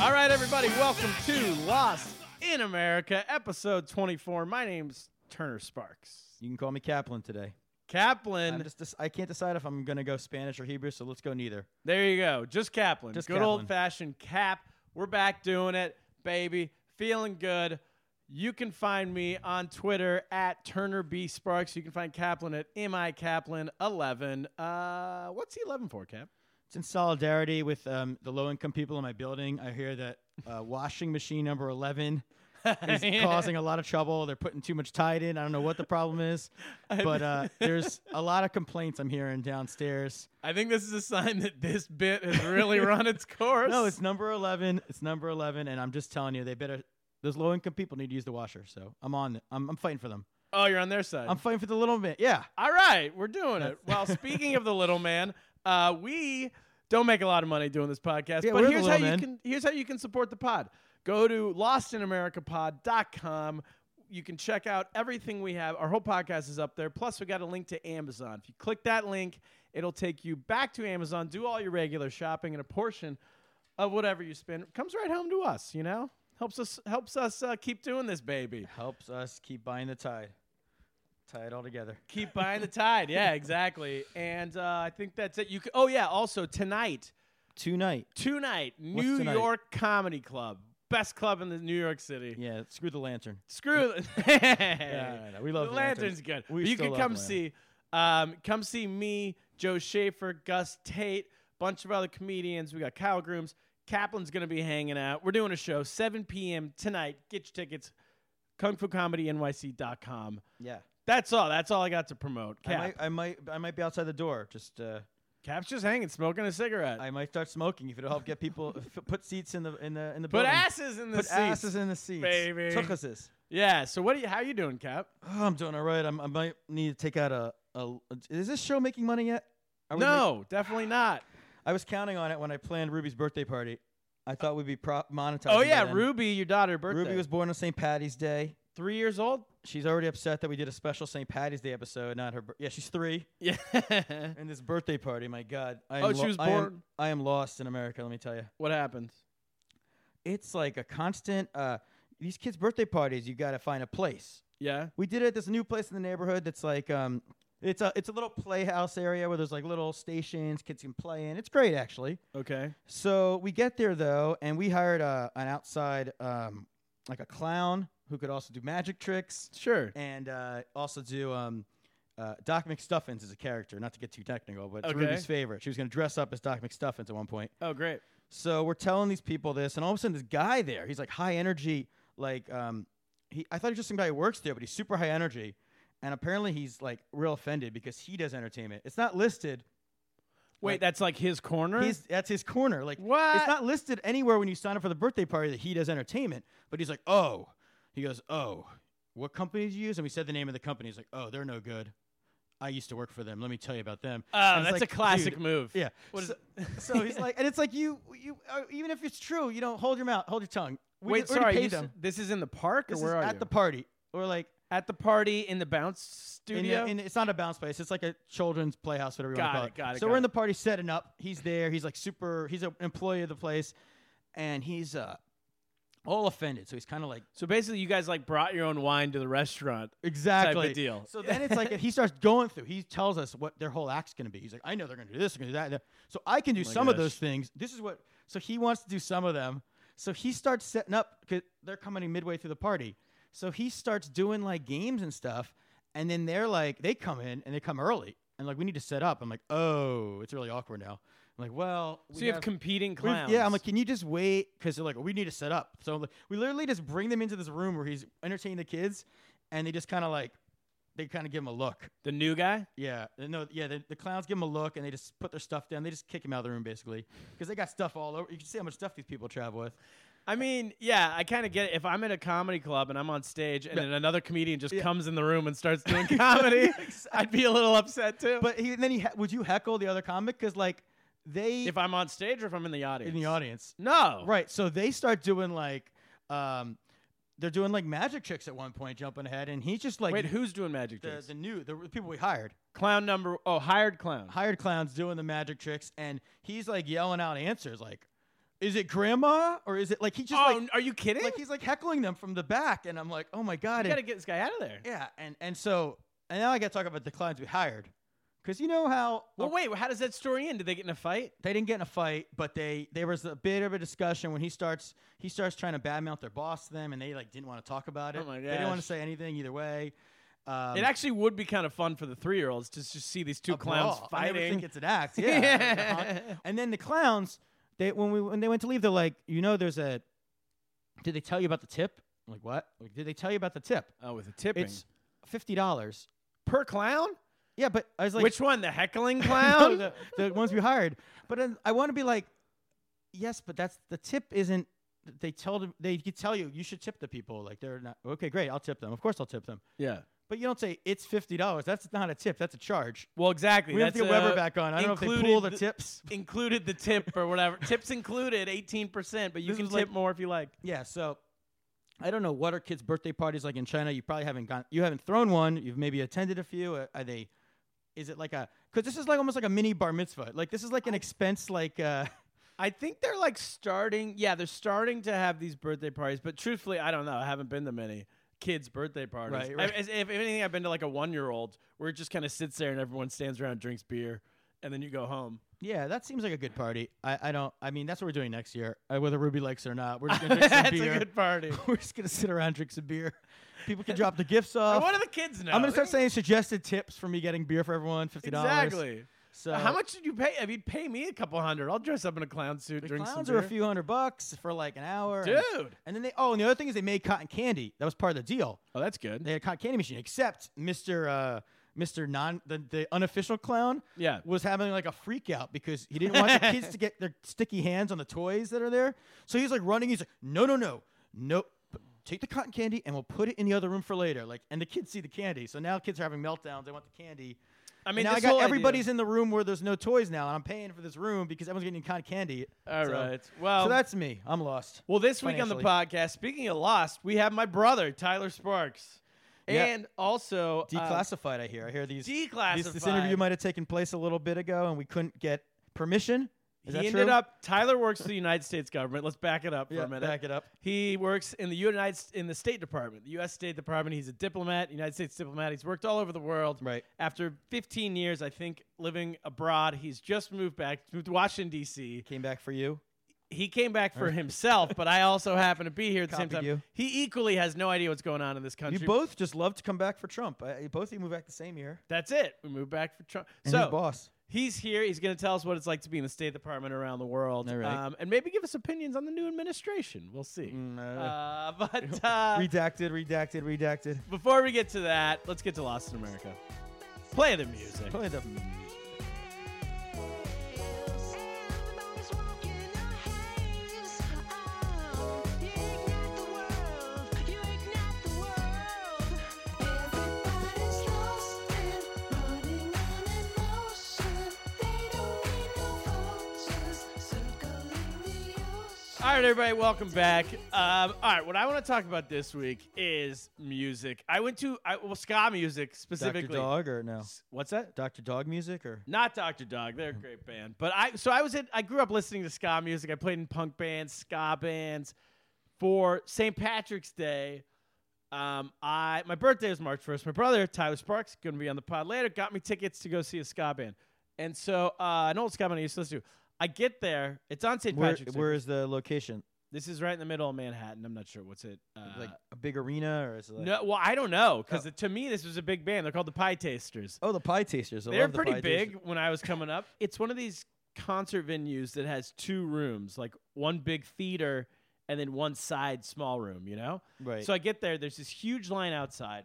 All right, everybody, welcome to Lost in America, episode 24. My name's Turner Sparks. You can call me Kaplan today. I'm Kaplan, just, dec- I can't decide if I'm going to go Spanish or Hebrew, so let's go neither. there you go. Just Kaplan. Just good Kaplan. old fashioned Cap. We're back doing it, baby. Feeling good. You can find me on Twitter at Turner B Sparks. You can find Kaplan at MI Kaplan 11. Uh, what's the 11 for, Cap? It's in solidarity with um, the low income people in my building. I hear that uh, washing machine number 11 is causing a lot of trouble. They're putting too much tide in. I don't know what the problem is, but uh, there's a lot of complaints I'm hearing downstairs. I think this is a sign that this bit has really run its course. No, it's number 11. It's number 11, and I'm just telling you, they better. Those low income people need to use the washer, so I'm on. I'm, I'm fighting for them. Oh, you're on their side. I'm fighting for the little man. Yeah. All right, we're doing it. Well, speaking of the little man, uh, we don't make a lot of money doing this podcast, Yeah, but we're the here's how little you man. can here's how you can support the pod. Go to lostinamericapod.com. You can check out everything we have. Our whole podcast is up there. Plus, we got a link to Amazon. If you click that link, it'll take you back to Amazon. Do all your regular shopping, and a portion of whatever you spend comes right home to us. You know, helps us helps us uh, keep doing this, baby. helps us keep buying the tide. Tie it all together. keep buying the tide. Yeah, exactly. And uh, I think that's it. You c oh yeah. Also tonight, Tonight. tonight, New tonight? York Comedy Club, best club in the New York City. Yeah, screw the lantern. Screw it. yeah, we love the the lantern's lanterns. good. We But you still can love come the see, lantern. um, come see me, Joe Schaefer, Gus Tate, bunch of other comedians. We got Kyle Grooms. Kaplan's gonna be hanging out. We're doing a show 7 p.m. tonight. Get your tickets. KungFuComedyNYC.com. Yeah. That's all. That's all I got to promote. I Cap. might, I might, I might be outside the door. Just, uh, Cap's just hanging, smoking a cigarette. I might start smoking if it'll help get people f- put seats in the in the in the Put building. asses in the put seats. asses in the seats, baby. Tuchuses. Yeah. So what? Are you, how you doing, Cap? Oh, I'm doing all right. I'm, I might need to take out a, a. Is this show making money yet? Are we make- no, definitely not. I was counting on it when I planned Ruby's birthday party. I thought we'd be pro- monetized. Oh yeah, Ruby, your daughter, birthday. Ruby was born on St. Patty's Day. three years old. She's already upset that we did a special St. Patty's Day episode, not her. Bir- yeah, she's three. Yeah. And this birthday party, my God. I Oh, am she was I am- born- I am lost in America, let me tell you. what happens? It's like a constant, uh, these kids' birthday parties, you got to find a place. Yeah. We did it at this new place in the neighborhood that's like, um, it's a, it's a little playhouse area where there's like little stations kids can play in. It's great, actually. Okay. So we get there, though, and we hired uh, an outside, um, like a clown who could also do magic tricks. Sure. and uh, also do um, uh, Doc McStuffins is a character. Not to get too technical, but it's Okay. Ruby's favorite. She was going to dress up as Doc McStuffins at one point. Oh great. So we're telling these people this, and all of a sudden, this guy there, he's like high energy. Like, um, he, I thought he was just some guy who works there, but he's super high energy. And apparently, he's like real offended because he does entertainment. It's not listed. Wait, Like- that's like his corner. He's, that's his corner. Like, What? It's not listed anywhere when you sign up for the birthday party that he does entertainment. But he's like, oh, he goes, oh, what company do you use? And we said the name of the company. He's like, oh, they're no good. I used to work for them. Let me tell you about them. oh, And it's that's like, a classic dude, move. Yeah. What is so, so he's like, and it's like you, you, uh, even if it's true, you don't hold your mouth, hold your tongue. We Wait, d- already sorry. paid you s- them. This is in the park, This or where is are at you? the party, or like at the party in the bounce in studio. a- in- it's not a bounce place. It's like a children's playhouse, whatever you Got want to call it, got it, so got we're it. in the party setting up. He's there. He's like super. He's an employee of the place, and he's uh, all offended. So he's kind of like so basically, you guys like brought your own wine to the restaurant. exactly deal. So then it's like he starts going through. He tells us what their whole act's going to be. He's like, I know they're going to do this, they're going to do that, and that. So I can do Oh my some of gosh. those things. This is what. So he wants to do some of them. So he starts setting up because they're coming in midway through the party. So he starts doing like games and stuff, and then they're like, they come in and they come early, and like we need to set up. I'm like, oh, it's really awkward now. I'm like, well, So we you have, competing we- clowns. Yeah, I'm like, can you just wait? Because they're like, we need to set up. So like, we literally just bring them into this room where he's entertaining the kids, and they just kind of like, they kind of give him a look. the new guy. Yeah, uh, no, yeah. The, the clowns give him a look, and they just put their stuff down. They just kick him out of the room basically because they got stuff all over. You can see how much stuff these people travel with. I mean, yeah, I kind of get it. If I'm at a comedy club and I'm on stage, and then another comedian just comes in the room and starts doing comedy, I'd be a little upset too. But he, then he he, would you heckle the other comic? Because like they if I'm on stage or if I'm in the audience, in the audience, no, Right. So they start doing like, um, they're doing like magic tricks at one point, jumping ahead, and he's just like Wait, who's doing magic the, tricks? the new the people we hired. clown number. Oh, hired clown. hired clowns doing the magic tricks, and he's like yelling out answers like, "Is it grandma or is it like he just oh, like are you kidding? like he's like heckling them from the back?" And I'm like, "Oh my god!" you and- gotta get this guy out of there. yeah, and and so and now I got to talk about the clowns we hired because you know how Well, wait, how does that story end? Did they get in a fight? they didn't get in a fight, but they there was a bit of a discussion when he starts he starts trying to badmouth their boss to them, and they like didn't want to talk about it. Oh my They didn't want gosh. to say anything either way. Um, it actually would be kind of fun for the three-year-olds to just see these two a clowns brawl. I never fighting. think it's an act. Yeah. uh-huh. and then the clowns, they when we when they went to leave, they're like, you know, there's a. Did they tell you about the tip? I'm like what? Like, did they tell you about the tip? oh, with a tipping It's fifty dollars. per clown. Yeah, but I was like, Which one, the heckling No, clown? the, the ones we hired. But then I want to be like, yes, but that's the tip isn't. They told them they could tell you you should tip the people. Like they're not okay. Great, I'll tip them. Of course, I'll tip them. yeah. But you don't say it's fifty dollars. That's not a tip. That's a charge. Well, exactly. We have to That's, get Weber uh, back on. I don't know if they included pool the th- tips. Included the tip or whatever. Tips included, eighteen percent, but you This can was tip like- more if you like. Yeah, so I don't know what are kids' birthday parties like in China. You probably haven't gone. You haven't thrown one. You've maybe attended a few. Uh, Are they? Is it like a? Because this is like almost like a mini bar mitzvah. Like this is like an expense. Like uh, I think they're like starting. Yeah, they're starting to have these birthday parties, but truthfully, I don't know. I haven't been to many kids' birthday parties. Right, right. I- as- if anything, I've been to like a one-year-old where it just kind of sits there and everyone stands around, drinks beer, and then you go home. yeah, that seems like a good party. I, I don't. I mean, that's what we're doing next year. Uh, whether Ruby likes it or not, we're just gonna drink some That's beer. a good party. we're just gonna sit around, drink some beer. People can drop the gifts off. what do the kids know? Uh, I'm gonna start saying suggested tips for me getting beer for everyone. Fifty dollars. exactly. So How much did you pay? I mean, pay me a couple hundred. I'll dress up in a clown suit, The drink clowns some are beer. a few hundred bucks for like an hour. and- Dude. And then they oh, and the other thing is they made cotton candy. That was part of the deal. Oh, that's good. They had a cotton candy machine, except Mr. Uh, Mr. Non the, the unofficial clown Yeah. was having like a freak out because he didn't want the kids to get their sticky hands on the toys that are there. So he's like running, he's like, No, no, no, no. p- Take the cotton candy and we'll put it in the other room for later. Like, and the kids see the candy, so now kids are having meltdowns. They want the candy. I mean, now I this got whole idea- everybody's in the room where there's no toys now, and I'm paying for this room because everyone's getting cotton candy. All All right. right. Well- so that's me. I'm lost. Well, this week on the Financially. podcast, speaking of Lost, we have my brother Tyler Sparks, Yeah. and also uh, Declassified, I hear. I hear these. these- This Declassified. interview might have taken place a little bit ago, and we couldn't get permission. Is he that ended true? up. Tyler works for the United States government. Let's back it up for Yeah, a minute. back it up. He works in the United S- in the State Department, the U.S. State Department. He's a diplomat, United States diplomat. He's worked all over the world. Right. After 15 years, I think, living abroad, he's just moved back, moved to Washington D.C. Came back for you. he came back for himself, but I also happen to be here at the same Copied time. you. He equally has no idea what's going on in this country. You both just love to come back for Trump. I, both of you moved back the same year. That's it. We moved back for Trump. And so his boss. He's here. He's going to tell us what it's like to be in the State Department around the world, All right. um, and maybe give us opinions on the new administration. We'll see. Mm, uh, Uh, but uh, redacted, redacted, redacted. before we get to that, let's get to Lost in America. Play the music. Play the Everybody's walking a haze. Oh, you ignite the world. You ignite the world. Everybody's lost and running on emotion. They don't need no vultures circling the ocean. All right, everybody, welcome back. Um, all right, what I want to talk about this week is music. I went to I, well, ska music Dr. specifically. Dog or no? What's that? Dr. Dog music or? Not Dr. Dog. They're a Mm-hmm. great band. But I so I was in I grew up listening to ska music. I played in punk bands, ska bands. For St. Patrick's Day, um, I my birthday was March 1st. My brother, Tyler Sparks, gonna be on the pod later, got me tickets to go see a ska band. And so uh, an old ska band I used to listen to. I get there, it's on St. Where, Patrick's Day. where is the location? This is right in the middle of Manhattan. I'm not sure what's it. Uh, Like a big arena or is it like? no, well, I don't know because to me this was a big band. They're called the Pie Tasters. Oh, the pie tasters. I They're love the pretty pie big tasters. when I was coming up. It's one of these concert venues that has two rooms, like one big theater and then one side small room. You know. Right. So I get there. There's this huge line outside,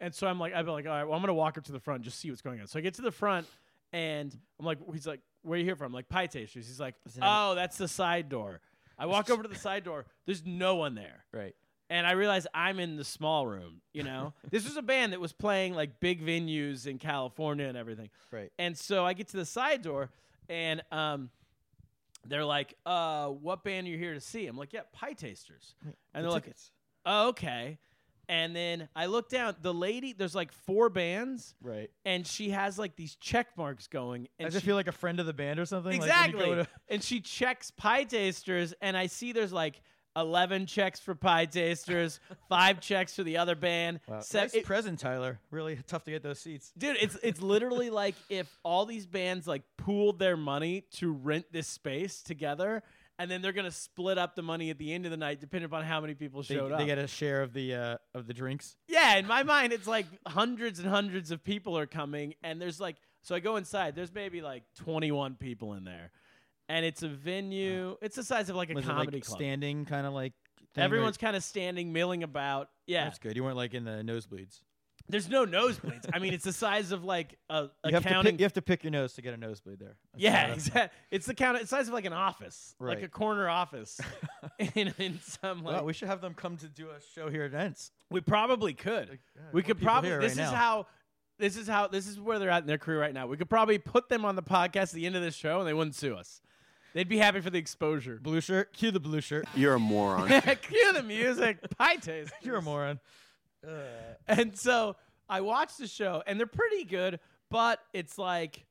and so I'm like, I'm like, all right, well, I'm gonna walk up to the front, and just see what's going on. So I get to the front, and I'm like, he's like, where are you here from? I'm like, pie tasters. He's like, Does it have- oh, that's the side door. I walk over to the side door. There's no one there, right. and I realize I'm in the small room. You know, this was a band that was playing like big venues in California and everything. Right. And so I get to the side door, and um, they're like, uh, "What band are you here to see?" I'm like, "Yeah, Pie Tasters," and they're like, "Oh, okay." And then I look down. The lady, there's like four bands, Right. and she has like these check marks going. And I just she- feel like a friend of the band or something. exactly. Like when you go to- and she checks Pie Tasters, and I see there's like. 11 checks for Pie Tasters, five checks for the other band. Wow. se- nice it- present, Tyler. Really tough to get those seats. Dude, it's it's literally like if all these bands like pooled their money to rent this space together, and then they're gonna split up the money at the end of the night, depending upon how many people They, showed up. they get a share of the uh, of the drinks. yeah, in my mind, it's like hundreds and hundreds of people are coming, and there's like so I go inside. There's maybe like 21 people in there, and it's a venue. It's the size of like a Uh-huh. Was it, like, comedy club. standing kind of like. thing where- Everyone's kind of standing, milling about. Yeah, That's good. You weren't like in the nosebleeds. there's no nosebleeds. I mean, it's the size of like a You have, to accounting pick, you have to pick your nose to get a nosebleed there. That's Yeah, not a- exactly. It's the count. It's size of like an office, like Right. a corner office, in, in some like Wow, we should have them come to do a show here at Ents. we probably could. Like, yeah, we more could people probably. here This right is now. how. This is how. This is where they're at in their career right now. We could probably put them on the podcast at the end of this show, and they wouldn't sue us. They'd be happy for the exposure. Blue shirt. Cue the blue shirt. You're a moron. Cue the music. Pie taste. You're a moron. And so I watched the show, and they're pretty good, but it's like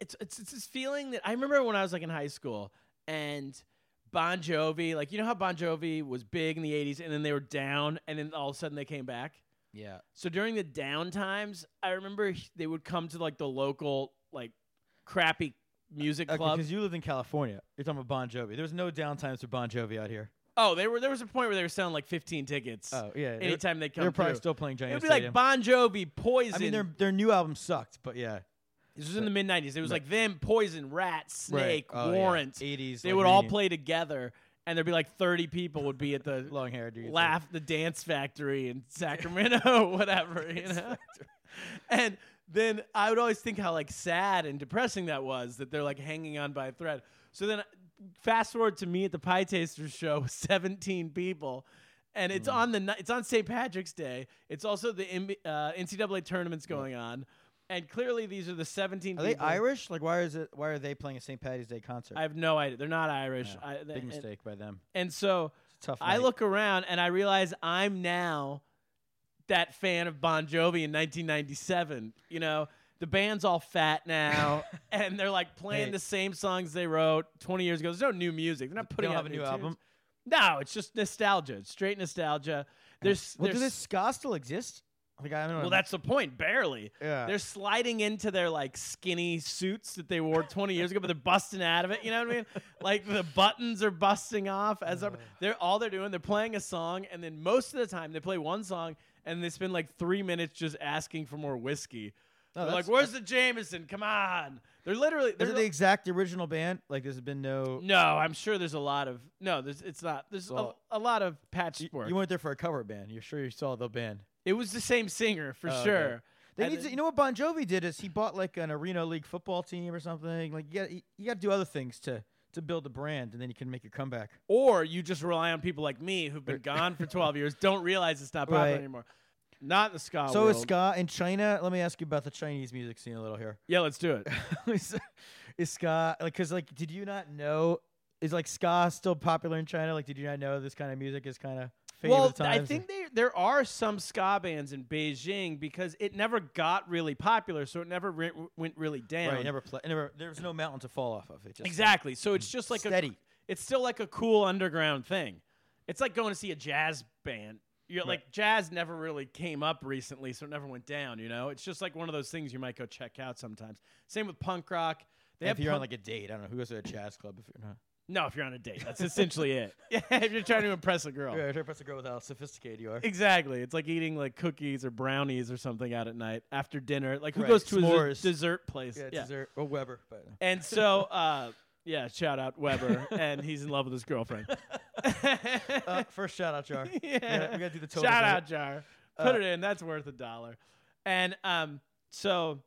it's it's, it's this feeling that I remember when I was like in high school and Bon Jovi, like you know how Bon Jovi was big in the '80s, and then they were down, and then all of a sudden they came back. Yeah. So during the down times, I remember h- they would come to like the local like crappy music club. Because Uh, you lived in California. You're talking about Bon Jovi. There was no downtimes for Bon Jovi out here. oh, they were there was a point where they were selling like 15 tickets. Oh, yeah. They're- anytime they come They're probably through. still playing it Giant would be like Stadium. Bon Jovi, Poison. I mean, their their new album sucked, but yeah. This was in the mid '90s. It was Right. like them, Poison, Rat, Snake, Oh, yeah. Warrant. 80s, They like, would all reunion. play together, and there'd be like 30 people would be at the Long hair, dude. laugh the dance factory in Sacramento, whatever you know. And then I would always think how like sad and depressing that was that they're like hanging on by a thread. So then, fast forward to me at the Pie Tasters show, with 17 people. And it's Mm. on the ni- it's on St. Patrick's Day. It's also the M- uh, NCAA tournaments going on, and clearly these are the 17. Are they people. Irish? Like, why is it? Why are they playing a St. Patty's Day concert? I have no idea. They're not Irish. I, they- Big and- mistake by them. And so It's a tough. I night. look around and I realize I'm now that fan of Bon Jovi in 1997. You know, the band's all fat now, and they're like playing Hey. the same songs they wrote 20 years ago. There's no new music. They're not They putting don't out have a new tunes. album. No, it's just nostalgia. It's straight nostalgia. There's, Well, there's does this ska still exist? Like, I don't know. well, that's the point. Barely. Yeah. They're sliding into their like skinny suits that they wore 20 years ago, but they're busting out of it. You know what I mean? Like the buttons are busting off as I'm- they're all they're doing. They're playing a song, and then most of the time they play one song, and they spend like three minutes just asking for more whiskey. No, they're like, that's- "Where's the Jameson? Come on!" They're literally Is they're it the exact original band? Like, there's been no. no. I'm sure there's a lot of no. There's it's not. There's Well, a, a lot of patch You, work. you went there for a cover band. You're sure you saw the band. it was the same singer for Oh, okay. sure. They And need to, then- you know what Bon Jovi did is he bought like an arena league football team or something. Like you got you got to do other things to to build the brand, and then you can make your comeback. or you just rely on people like me who've been gone for 12 years, don't realize it's not popular Right. anymore. Not in the ska so world. is ska in China. Let me ask you about the Chinese music scene a little here. Yeah, let's do it. is, is ska like because like did you not know is like ska still popular in China? Like did you not know this kind of music is kind of fading well, with the I times? think there there are some ska bands in Beijing because it never got really popular, so it never re- went really down. right never play never there was no mountain to fall off of. It just Mm. exactly. So it's just like Steady. a it's still like a cool underground thing. It's like going to see a jazz band. You're like jazz never really came up recently, so it never went down. You know, it's just like one of those things you might go check out sometimes. Same with punk rock. They if have you're on punk- like a date, I don't know who goes to a jazz club if you're not. No, if you're on a date, that's essentially it. Yeah, if you're trying to impress a girl. Yeah, you're supposed to go with how sophisticated you are. Exactly. It's like eating like cookies or brownies or something out at night after dinner. Like who Right, goes to a s'mores. z- dessert place? Yeah, dessert or Weber, but And so, uh, yeah, shout out Weber, and he's in love with his girlfriend. uh, first shout out jar. yeah. we gotta do the total. Uh, Shout out jar. Put it in. That's worth a dollar. And um, so,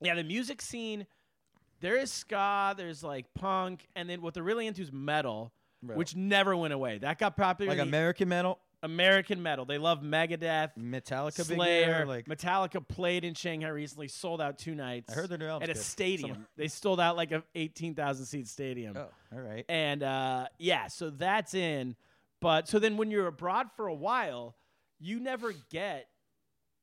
yeah, the music scene. There is ska. There's like punk, and then what they're really into is metal, Metal. which never went away. That got popular. like in the American metal, American metal. They love Megadeth, Metallica, big Slayer. year, like Metallica played in Shanghai recently, sold out two nights. I heard their new album's at a good. stadium. Someone- They sold out like a eighteen thousand seat stadium. oh, all right. And uh, yeah, so that's in. But so then when you're abroad for a while, you never get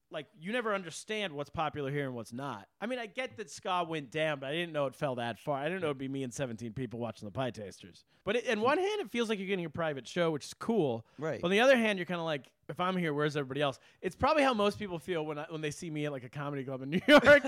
like you never understand what's popular here and what's not. I mean, I get that ska went down, but I didn't know it fell that far. I didn't know it'd be me and 17 people watching the pie tasters. But it, on one hand, it feels like you're getting a private show, which is cool. Right. On the other hand, you're kind of like, if I'm here, where's everybody else? It's probably how most people feel when I, when they see me at like a comedy club in New York.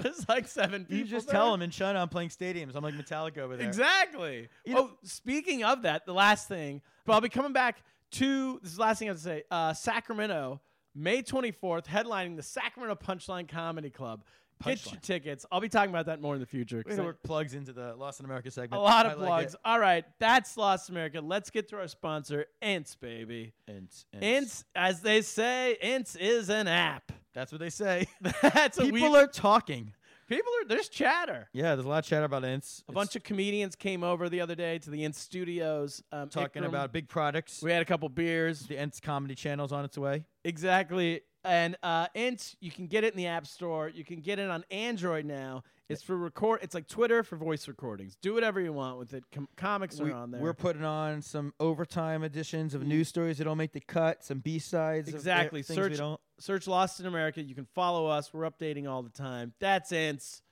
There's like seven people. You just there. tell them in China I'm playing stadiums. I'm like Metallica over there. Exactly. You know- oh, speaking of that, the last thing, but I'll be coming back to this is the last thing I have to say. Uh, Sacramento, May 24th, headlining the Sacramento Punchline Comedy Club. Get your Punchline. tickets. I'll be talking about that more in the future. 'cause Way to I- work plugs into the Lost in America segment. a lot I of like plugs. it. All right, that's Lost America. Let's get to our sponsor, Ints, baby. Ints, ints. Ints, as they say, Ints is an app. That's what they say. That's a People we, are talking. people are there's chatter. Yeah, there's a lot of chat about ints. A bunch of comedians came over the other day to the Ints studios. Um, talking Ikram- about big products. We had a couple beers. The Ints comedy channel's on its way. Exactly. And uh, Int, you can get it in the App Store. You can get it on Android now. It's for record. It's like Twitter for voice recordings. Do whatever you want with it. Com- comics are on there. are putting on Mm. some overtime editions of news stories that don't make the cut, some B sides. exactly. Of, uh, things we Search don't. search Lost in America. You can follow us. We're updating all the time. That's Ints.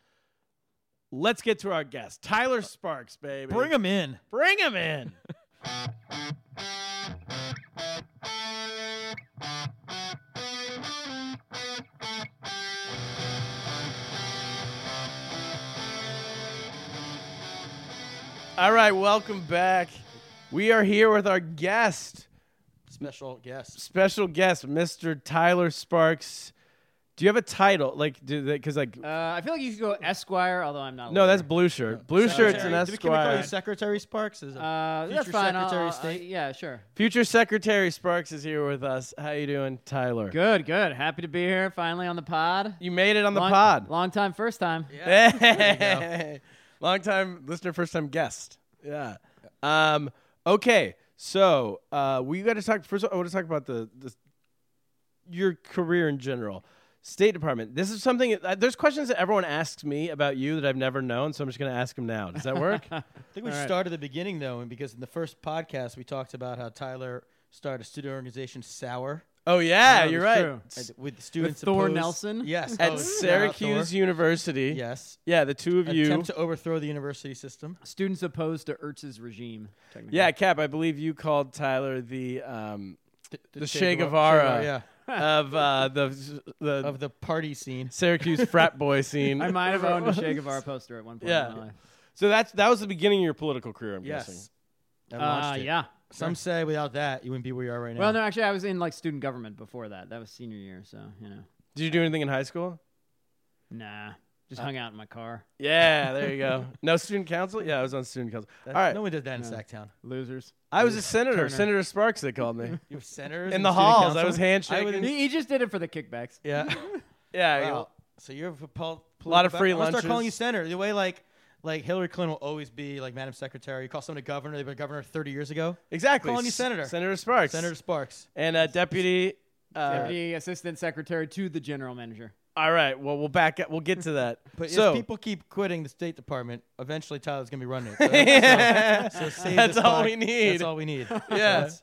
Let's get to our guest, Tyler Sparks, baby. Bring them in. Bring him in. All right, welcome back. We are here with our guest, Special guest. special guest, Mr. Tyler Sparks. Do you have a title? Like, do they, cause like, Uh, I feel like you could go Esquire, although I'm Oh, not. a no, that's lawyer. blue shirt. Blue shirt's an Do we- Can we call you Esquire. Secretary Sparks? Is it- Uh, that's Future fine. I'll- Secretary of I'll- State? uh, yeah, sure. Future Secretary Sparks is here with us. How you doing, Tyler? Good, good. Happy to be here finally on the pod. You made it on the long, pod. Long time, first time. Hey. Long time listener, first time guest. Yeah. Um, okay. So uh, we got to talk. First, of all, I want to talk about the, the your career in general. State Department. This is something. Uh, there's questions that everyone asks me about you that I've never known, so I'm just going to ask them now. Does that work? I think we should start at the beginning though, and because in the first podcast we talked about how Tyler started a student organization, Sour, oh yeah, No, you're that's right. true. S- and with students Thor opposed- Nelson? Yes, At oh, shout out Syracuse Thor. University. Yes, Yeah, the two of you. attempt to overthrow the university system. Students opposed to Ertz's regime. Technically. yeah, Cap. I believe you called Tyler the um, the, Che Guevara yeah, of uh, the the of the party scene. Syracuse frat boy scene. I might have owned a Che Guevara poster at one point. Yeah. In my life. so that's that was the beginning of your political career. I'm guessing. Yes, I Uh, launched it. yeah. Some say without that you wouldn't be where you are right now. Well, no, actually, I was in like student government before that. That was senior year, so you know. Did you do anything in high school? Nah, Uh, just hung out in my car. Yeah, there you go. No student council? Yeah, I was on student council. All right. No one did that in Sacktown. Losers. I was a senator. Senator Sparks, they called me. You have senators In and the student halls. I council? was handshaking. He, he just did it for the kickbacks. Yeah. yeah. Wow. So you're a pol- Lot of political free back- I'll start calling lunches. you senator. The way like like Hillary Clinton will always be like Madam Secretary. You call someone a governor. They've been a governor 30 years ago. Exactly. Calling you S- senator. Senator Sparks. Senator Sparks. And uh, deputy. Uh, Deputy assistant secretary to the general manager. All right. Well, we'll back. Up, we'll get to that. But so if people keep quitting the State Department, eventually Tyler's gonna be running it. So, so save That's this all pod- we need. That's all we need. Yeah. So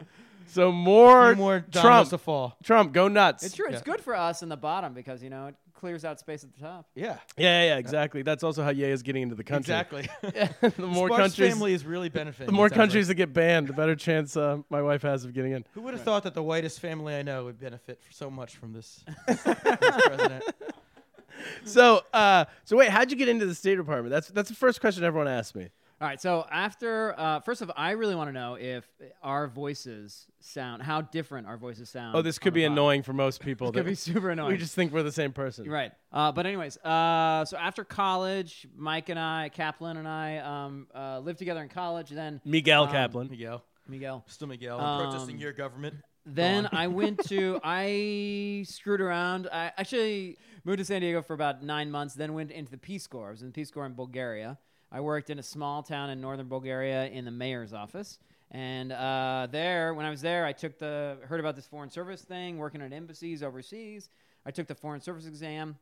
so more, that's- few more dominoes Trump. to fall. Trump, go nuts. It's true. It's good for us in the bottom because you know it clears out space at the top. Yeah. Yeah, yeah, yeah, exactly. That's also how Ye is getting into the country. Exactly. the more Sparks countries, family is really benefiting. the more it sounds like. countries that get banned, the better chance uh, my wife has of getting in. Who would have thought that the whitest family I know would benefit f- so much from this, this president? So, uh, so wait, how'd you get into the State Department? That's that's the first question everyone asks me. All right. So after, uh, first of all, I really want to know if our voices sound how different our voices sound. Oh, this on could the be bottom. annoying for most people. Could that be super annoying. We just think we're the same person. Right. Uh, but anyways, uh, so after college, Mike and I, Kaplan and I, um, uh, lived together in college. Then Miguel Um, Kaplan. Miguel, Miguel. still Miguel, I'm protesting Um, your government. Then I went to I screwed around. I actually moved to San Diego for about nine months. Then went into the Peace Corps. I was in the Peace Corps in Bulgaria. I worked in a small town in northern Bulgaria in the mayor's office. And uh, there, when I was there, I took the heard about this foreign service thing, working at embassies overseas. I took the foreign service exam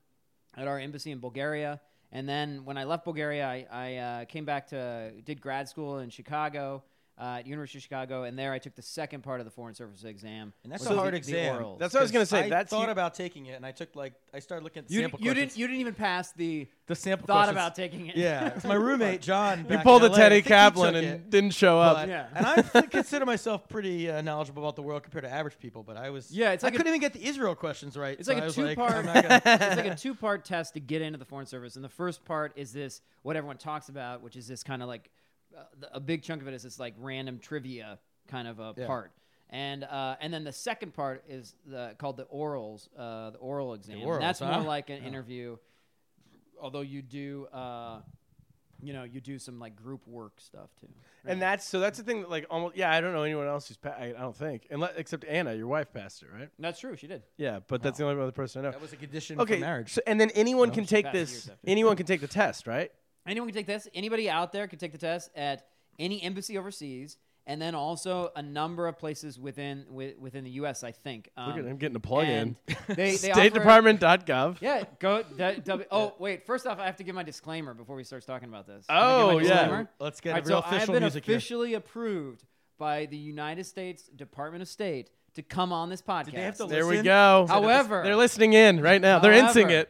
at our embassy in Bulgaria. And then when I left Bulgaria, I, I uh, came back to did grad school in Chicago uh, at University of Chicago, and there I took the second part of the Foreign Service exam. And that's was a the- hard the exam. orals. That's what I was gonna say. I that's thought you- about taking it, and I took like I started looking at the you, sample. you questions. didn't you didn't even pass the the sample thought questions. about taking it. Yeah, it's my roommate John. We back pulled in a LA. I Teddy think he Kaplan took and it, didn't show up. but- Yeah. and I th- consider myself pretty uh, knowledgeable about the world compared to average people, but I was Yeah, it's I like a- couldn't even get the Israel questions right. It's so like I a was two I'm part. not gonna- it's like a two part test to get into the foreign service, and the first part is this what everyone talks about, which is this kind of like uh, the- a big chunk of it is this like random trivia kind of a part, and uh, and then the second part is the called the orals, uh, the oral exam. and orals, that's more huh? like an interview, although you do. Uh, you know, you do some like group work stuff too. And that's so that's the thing that like almost yeah I don't know anyone else who's pa- I, I don't think unless except Anna your wife passed it right That's true. She did. yeah but that's the only other person I know that was a condition okay for marriage. so- and then anyone can she take passed this years after. anyone can take the test right Anyone can take this. Anybody out there can take the test at any embassy overseas, and then also a number of places within wi- within the U.S. I think. Um, at him getting a plug in. and They, they offer- StateDepartment.gov Yeah, go. d- w- oh, wait. First off, I have to give my disclaimer before we start talking about this. Can I give my Oh, yeah. disclaimer? Let's get a All real so official I've been music here. officially approved by the United States Department of State to come on this podcast. they have to there we Listen. go However- they're listening in right now they're insing However- it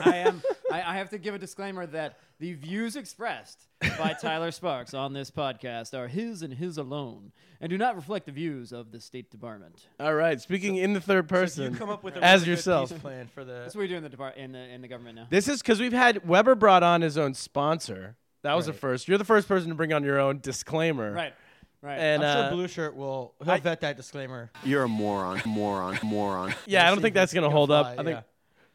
I am. I, I have to give a disclaimer that the views expressed by Tyler Sparks on this podcast are his and his alone, and do not reflect the views of the State Department. all right speaking in the third So person you come up with a as really good yourself peace plan for the That's what we do in the depart in the in the government now. this is because we've had Weber brought on his own sponsor that was the first you're the first person to bring on your own disclaimer Right, right. and I'm uh, sure Blue Shirt will he'll vet that disclaimer. You're a moron, moron, moron. yeah I don't See think if that's it's gonna gonna hold up fly, I think yeah.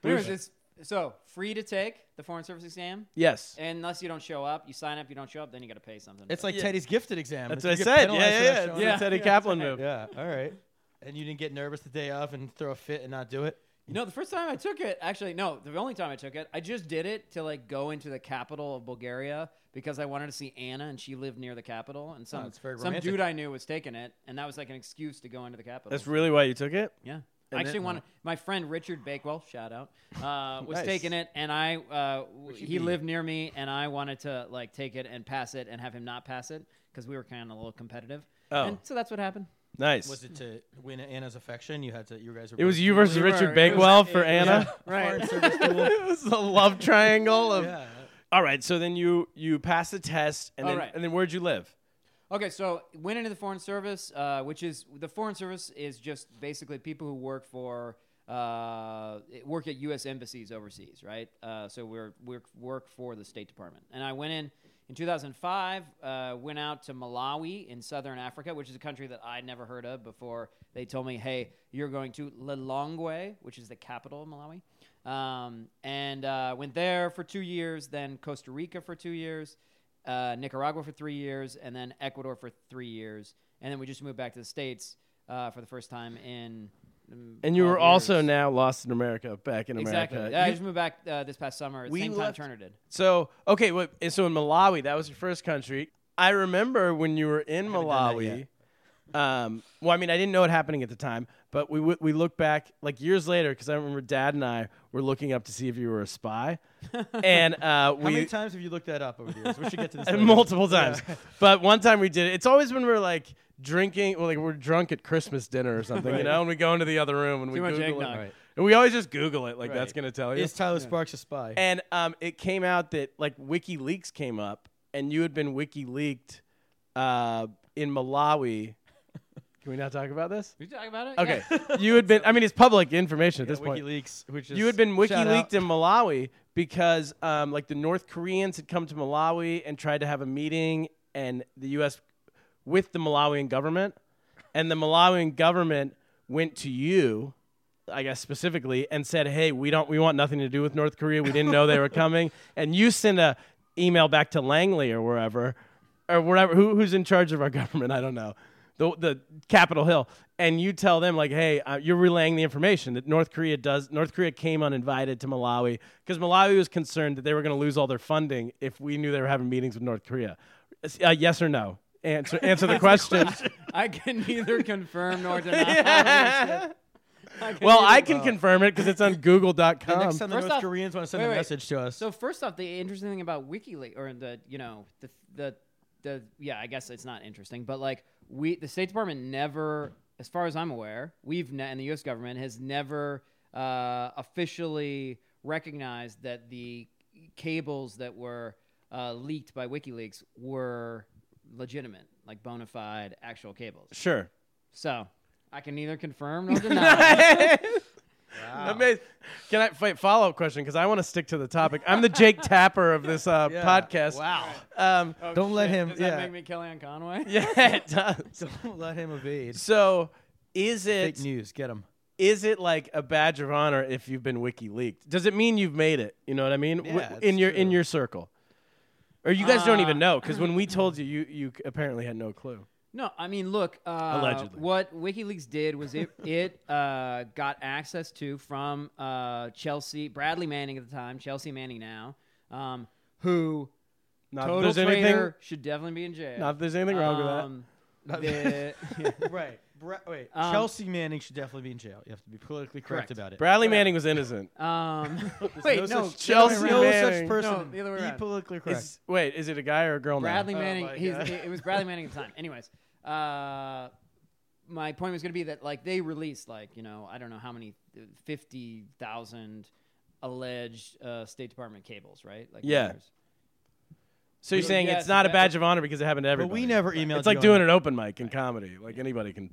But anyways, it's so free to take the foreign service exam. yes Unless you don't show up, you sign up. You don't show up, then you got to pay something. It's But- like Teddy's gifted exam. that's what If I you get said yeah penalized for yeah not yeah showing It's a up- Teddy Kaplan move Yeah, all right. And you didn't get nervous the day of and throw a fit and not do it. you know, the first time I took it, actually, no, the only time I took it, I just did it to like go into the capital of Bulgaria because I wanted to see Anna, and she lived near the capital, and some it's very some romantic. dude I knew was taking it, and that was like an excuse to go into the capital. that's really why you took it Yeah. I actually wanted my friend Richard Bakewell, shout out, uh, was taking it, and I uh, w- he lived near me, and I wanted to like take it and pass it, and have him not pass it because we were kind of a little competitive. Oh. and so that's what happened. nice Was it to win Anna's affection? You had to. You guys were. It was both- you versus We Richard were- Bakewell it was- for it- Anna. Right. it was the love triangle of. Yeah. All right, so then you you pass the test, and All then right. and then where'd you live? Okay, so went into the foreign service, uh, which is the foreign service is just basically people who work for uh, work at U.S. embassies overseas, right? Uh, so we're, we're work for the State Department, and I went in In 2005, uh, went out to Malawi in southern Africa, which is a country that I'd never heard of before. They told me, "Hey, you're going to Lilongwe, which is the capital of Malawi," um, and uh, went there for two years. Then Costa Rica for two years, uh, Nicaragua for three years, and then Ecuador for three years. And then we just moved back to the states uh, for the first time in. mm, And you 12 were also years. now lost in America, back in Exactly. America. Yeah, I You- just moved back uh, this past summer. We same time left- Turner did. so okay, wait, and so in Malawi, that was your first country. I remember when you were in Malawi. Um, well, I mean, I didn't know it happening at the time, but we w- we look back like years later because I remember Dad and I were looking up to see if you were a spy, and uh, How many we times have you looked that up over the years? We should get to this. Uh, later. multiple times. But one time we did it. It's always when we're like drinking, well, like we're drunk at Christmas dinner or something, you know, and we go into the other room and we much Google it. eggnog. Right. And we always just Google it, like that's Right. gonna tell you. Is Tyler Sparks a spy? and um, it came out that like WikiLeaks came up, and you had been WikiLeaked uh, in Malawi. Can we not talk about this? Are you talking about it? Okay, you had been. I mean, it's public information at Oh, this Yeah, point. WikiLeaks, which is You had been shout WikiLeaked out. in Malawi because, um, like, the North Koreans had come to Malawi and tried to have a meeting, and the U.S. with the Malawian government, and the Malawian government went to you, I guess specifically, and said, "Hey, we don't, we want nothing to do with North Korea. We didn't know they were coming." And you sent a email back to Langley or wherever, or wherever who, who's in charge of our government. I don't know. The, the Capitol Hill, and you tell them like, "Hey, uh, you're relaying the information that North Korea does. North Korea came uninvited to Malawi because Malawi was concerned that they were going to lose all their funding if we knew they were having meetings with North Korea." Uh, yes or no? Answer answer the question. I can neither confirm nor deny. Well, I can confirm it because it's on Google.com. The next time the First North off- Koreans want to send wait, a wait. message to us. So first off, the interesting thing about WikiLeaks or the you know the the the yeah, I guess it's not interesting, but like we the State Department never, as far as I'm aware, we've ne- and the U.S. government has never uh, officially recognized that the cables that were uh, leaked by WikiLeaks were legitimate, like bona fide actual cables. sure. So I can neither confirm nor deny. Amazing. Can I wait, follow up question? Because I want to stick to the topic. I'm the Jake Tapper of this uh, podcast. Wow. Um, Don't let him. Does that Yeah. make me Kellyanne Conway? yeah, it does. Don't let him evade. So, is Fake it news. Get him. is it like a badge of honor if you've been WikiLeaked? Does it mean you've made it? You know what I mean? W- Yeah, it's in your in true. your circle, or you guys don't Uh, even know? Because when we told you, you you apparently had no clue. No, I mean, look. Uh, Allegedly. what WikiLeaks did was it it uh, got access to from uh, Chelsea Bradley Manning at the time, Chelsea Manning now, um, who Not that total there's anything- traitor should definitely be in jail. Not that there's anything wrong with that. Um, with that. Right. Bra- wait. Um, Chelsea Manning should definitely be in jail. You have to be politically correct, Correct. about it. Bradley Manning was innocent. um, wait, There's no, such- there's Chelsea no Manning. such person. No, the other way be around. politically correct. Is, wait, is it a guy or a girl now? Bradley Oh Manning. my he's, God. it, it was Bradley Manning at the time. Anyways, uh, my point was going to be that like they released like you know I don't know how many fifty thousand alleged uh, State Department cables, right? Like Yeah. letters. So you're Yeah, saying yeah, it's it's not a bad. badge of honor because it happened to but everybody. we never emailed. It's like you doing on an open mic in comedy. Like anybody can.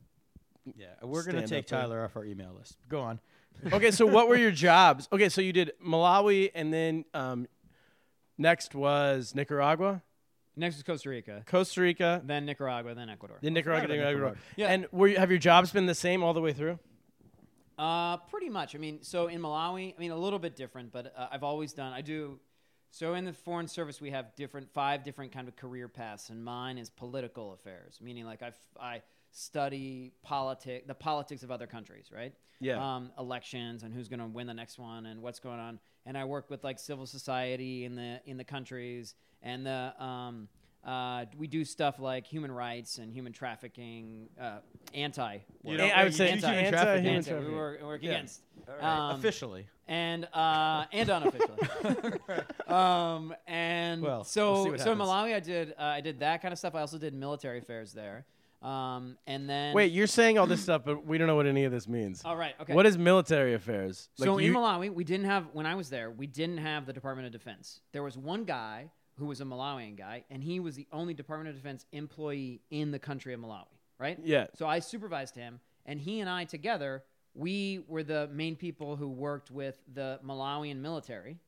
it. Yeah, we're gonna stand take up there. Tyler off our email list. Go on. Okay, so what were your jobs? Okay, so you did Malawi, and then um, next was Nicaragua, Next is Costa Rica, Costa Rica, then Nicaragua, then Ecuador. then Nicaragua, about Nicaragua. Nicaragua. Yeah. And were you, have your jobs been the same all the way through? Uh, pretty much. I mean, so in Malawi, I mean, a little bit different, but uh, I've always done. I do. So in the foreign service, we have different five different kind of career paths, and mine is political affairs, meaning like I f- I study politic, the politics of other countries, right? Yeah. Um, elections and who's going to win the next one and what's going on, and I work with like civil society in the in the countries and the um. Uh, we do stuff like human rights and human trafficking, uh, anti. You I would say anti- anti- trafficking. human Anti- we trafficking. work, work Yeah. against. Um, Officially, and uh, and unofficially. um, and Well, we'll so see what so in happens. Malawi, I did uh, I did that kind of stuff. I also did military affairs there. Um, and then Wait, you're saying all this stuff, but we don't know what any of this means. all right, okay. What is military affairs? so you, in Malawi, we didn't have when I was there, we didn't have the Department of Defense. There was one guy who was a Malawian guy, and he was the only Department of Defense employee in the country of Malawi. Right? Yeah. So I supervised him, and he and I together, we were the main people who worked with the Malawian military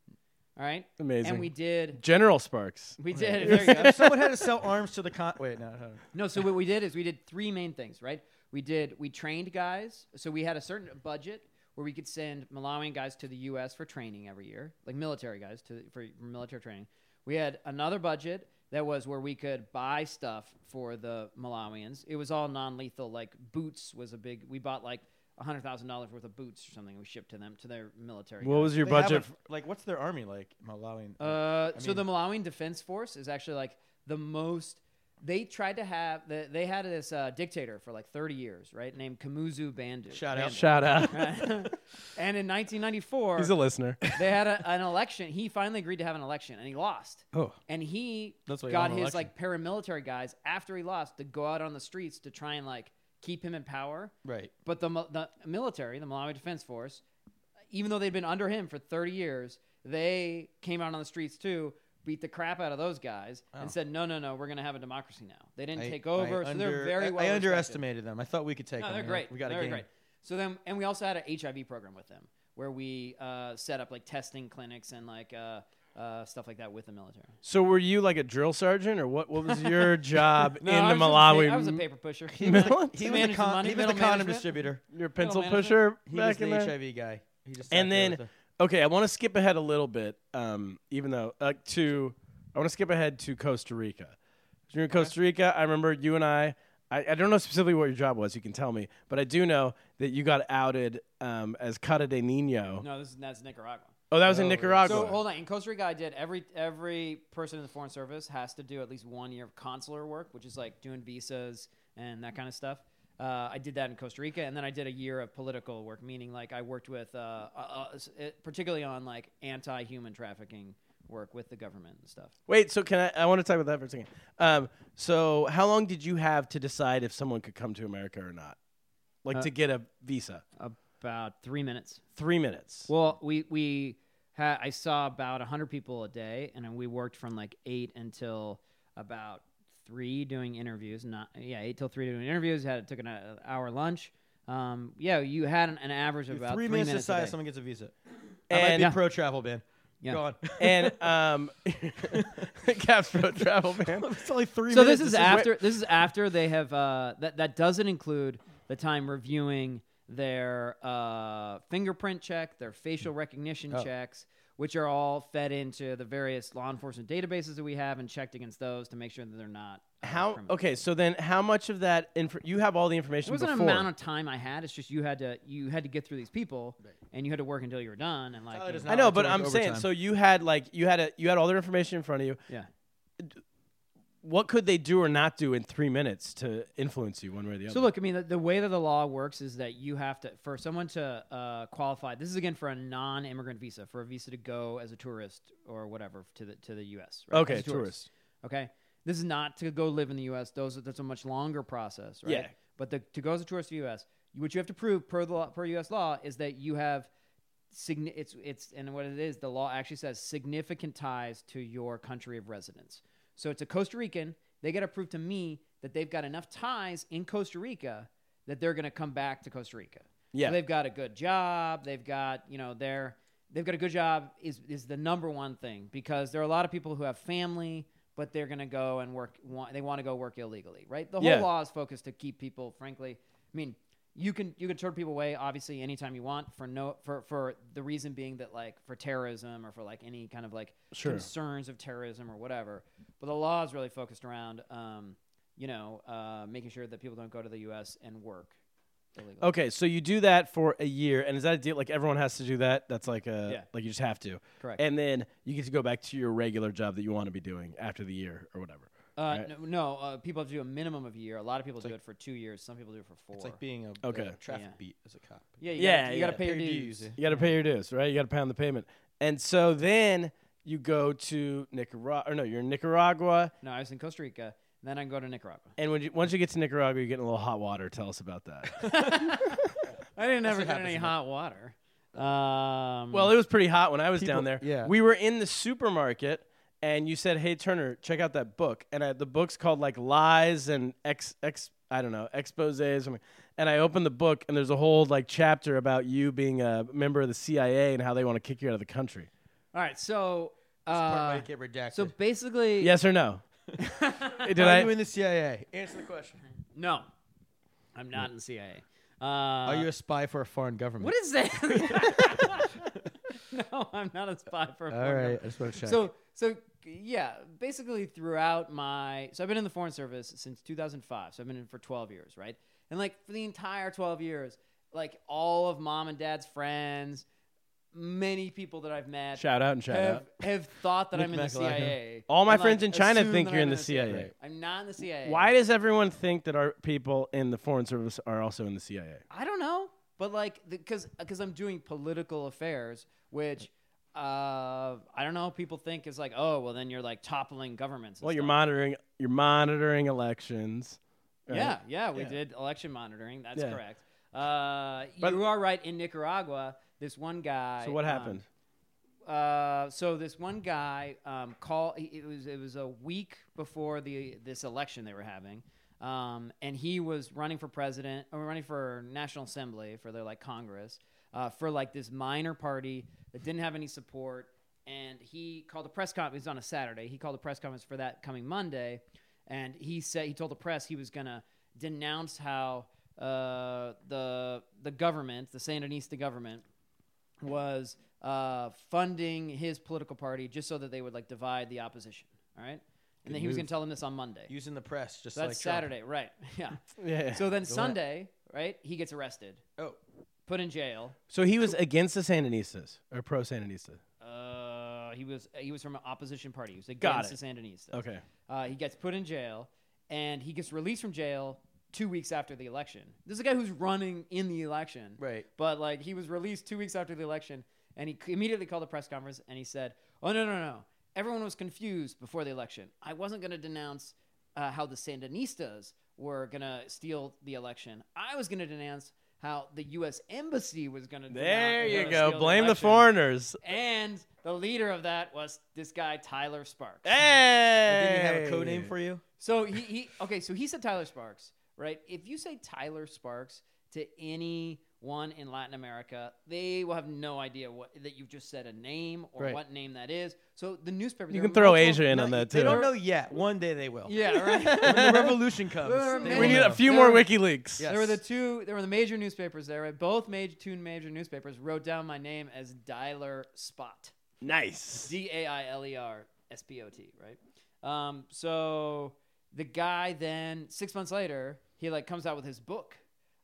All right. Amazing. And we did. General Sparks. We did. There you go. Someone had to sell arms to the con. Wait, no. no. No, so what we did is we did three main things, right? We did we trained guys, so we had a certain budget where we could send Malawian guys to the U.S. for training every year, like military guys to for, for military training. We had another budget that was where we could buy stuff for the Malawians. It was all non-lethal, like boots was a big. We bought like hundred thousand dollars worth of boots or something. We shipped to them to their military. What was your They have budget? a- like, what's their army like? Malawian. Uh, so mean- the Malawian Defense Force is actually like the most. They tried to have the, they had this uh, dictator for like 30 years, right? Named Kamuzu Bandu. Shout out. Shout out. and in 1994, He's a listener. they had a, an election. He finally agreed to have an election, and he lost. Oh. And he That's why you got want an his election. like paramilitary guys after he lost to go out on the streets to try and like keep him in power. Right. But the, mil- the military, the Malawi Defense Force, even though they'd been under him for 30 years, they came out on the streets too, beat the crap out of those guys, and said, no, no, no, we're going to have a democracy now. They didn't Oh. I- take over, I so under- they're very I- well. I respected. underestimated them. I thought we could take No, them. they're You know, great. We got they're a game. great. So then, and we also had an HIV program with them where we uh, set up like testing clinics and like uh, uh, stuff like that with the military. So were you like a drill sergeant, or what? What was your Uh, job No, in I the was just a Malawi? pa- I was a paper pusher. military? He He was the, managed the con- money, he was the middle condom management. distributor. Your pencil management? pusher He back was in the there? HIV guy. He just sat and there with then the- okay i want to skip ahead a little bit um, even though uh, to i want to skip ahead to costa rica you're in costa rica i remember you and I, I i don't know specifically what your job was you can tell me but i do know that you got outed um, as Cara de nino no, this is, that's Nicaragua. oh that was in Oh, nicaragua So hold on. In Costa Rica, I did every every person in the foreign service has to do at least one year of consular work, which is like doing visas and that kind of stuff. Uh, I did that in Costa Rica, and then I did a year of political work, meaning like I worked with, uh, uh, uh, s- uh, particularly on like anti-human trafficking work with the government and stuff. wait so can i i want to talk about that for a second um, so how long did you have to decide if someone could come to america or not Uh, like to get a visa About three minutes. three minutes Well, we we ha- I saw about hundred people a day, and then we worked from like eight until about three doing interviews. Not yeah, eight till three doing interviews. Had took an uh, hour lunch. Um, yeah, you had an, an average of about three minutes to minutes a decide day. uh, if someone gets a visa. I might And- be pro travel ban. Yeah. Go on. and um, Cap's Pro Travel Man. it's only three. so minutes. this is after this is after they have uh, that that doesn't include the time reviewing their uh, fingerprint check, their facial Hmm. recognition Oh. checks, which are all fed into the various law enforcement databases that we have and checked against those to make sure that they're not. uh, How criminals. okay? So then, how much of that inf- you have all the information It wasn't before? an amount of time I had. It's just you had to you had to get through these people, and you had to work until you were done. And like, Tyler you does know- I not know, like to but work I'm saying overtime. so you had like you had a you had all their information in front of you. yeah. What could they do or not do in three minutes to influence you one way or the other? So look, I mean, the, the way that the law works is that you have to, for someone to uh, qualify. This is again for a non-immigrant visa, for a visa to go as a tourist or whatever to the to the U.S. Right? Okay, As a tourist. Okay, this is not to go live in the U.S. Those are- that's a much longer process, right? Yeah. But the, to go as a tourist to the U.S., what you have to prove per the law, per U.S. law is that you have. Signi- it's it's and what it is the law actually says significant ties to your country of residence so it's a costa rican they got to prove to me that they've got enough ties in costa rica that they're going to come back to costa rica Yeah. so they've got a good job they've got you know they're they've got a good job is is the number one thing because there are a lot of people who have family but they're going to go and work want, they want to go work illegally right the whole Yeah. law is focused to keep people frankly i mean you can you can turn people away obviously anytime you want for no for for the reason being that like for terrorism or for like any kind of like concerns of terrorism or whatever but the law is really focused around um you know uh making sure that people don't go to the us and work illegally okay, so you do that for a year, and is that a deal? Like everyone has to do that. That's like a Yeah. like you just have to. Correct. And then you get to go back to your regular job that you want to be doing after the year or whatever. uh no, no uh, people have to do a minimum of a year a lot of people do it for two years some people do it for four It's like being a, Okay. a traffic Yeah. Uh, beat as a cop. yeah you Yeah, gotta, you yeah. gotta pay your Pay your dues, dues. You got to pay your dues, right? You got to pay on the payment. And so then you go to Nicaragua. Or no, you're in Nicaragua. no i was in costa rica then i can go to nicaragua And when you, once you get to Nicaragua, you get in a little hot water. Tell us about that. i didn't ever get any hot water um well, it was pretty hot when I was down there. People- yeah. We were in the supermarket, and you said, "Hey Turner, check out that book." And I, the book's called like Lies and Ex Ex I don't know Exposés. or something. And I opened the book, and there's a whole like chapter about you being a member of the CIA and how they want to kick you out of the country. All right, so part uh, where you get redacted. so basically, Yes or no? Did Are I? you in the CIA? Answer the question. no, I'm not in the CIA. Uh, Are you a spy for a foreign government? What is that? no, I'm not a spy for. a All foreign right, government. I just want to check. So, so yeah, basically throughout my, so I've been in the Foreign Service since 2005. So I've been in for 12 years, right? And like for the entire 12 years, like all of mom and dad's friends, many people that I've met, Shout out and shout have, out. have thought that I'm in the McElhenney. CIA. All my and, friends in China assume think that you're I'm in the CIA. I'm not in the CIA. Why does everyone think that our people in the foreign service are also in the CIA? I don't know, but like because because I'm doing political affairs, which uh, I don't know. People think is like, oh, well, then you're like toppling governments. and Well, you're stuff. monitoring. You're monitoring elections. right? Yeah, yeah, we did election monitoring. That's Yeah. correct. Uh, But- you are right. In Nicaragua, this one guy. So what um, happened? uh, so this one guy um, call he- it was it was a week before the this election they were having um, and he was running for president or running for national assembly for their like congress uh, for like this minor party that didn't have any support and he called a press conference it was on a saturday he called a press conference for that coming monday and he said he told the press he was going to denounce how uh, the the government the sandinista government was uh, funding his political party just so that they would like divide the opposition. All right, and then he was going to tell them this on Monday. Using the press, just so that's like Trump. Saturday, right? Yeah. Yeah. So then Sunday, right? He gets arrested, Oh, put in jail. So he was against the Sandinistas or pro Sandinista. Uh, he was he was from an opposition party. He was Got against the Sandinistas. Okay. Uh, he gets put in jail, and he gets released from jail two weeks after the election. This is a guy who's running in the election. Right. But like he was released two weeks after the election, and he c- immediately called a press conference and he said, "Oh no no no! Everyone was confused before the election. I wasn't going to denounce uh, how the Sandinistas were going to steal the election. I was going to denounce." How the U.S. embassy was going to There you go. Blame the foreigners. and the leader of that was this guy Tyler Sparks. Hey. did he have a code name for you? So he, he okay, so he said Tyler Sparks, right? If you say Tyler Sparks to anyone in Latin America, they will have no idea what that you've just said a name or Right. what name that is. So the newspaper You can throw Asia in on No, that They don't too. know yet. One day they will. Yeah, right. When the revolution comes, There they were We will need know. a few There more were- WikiLeaks. Yeah. There were the two. There were the major newspapers there. Right? Both major two major newspapers wrote down my name as Dialer Spot. Nice. D A I L E R S P O T, right? Um, so the guy then six months later, he like comes out with his book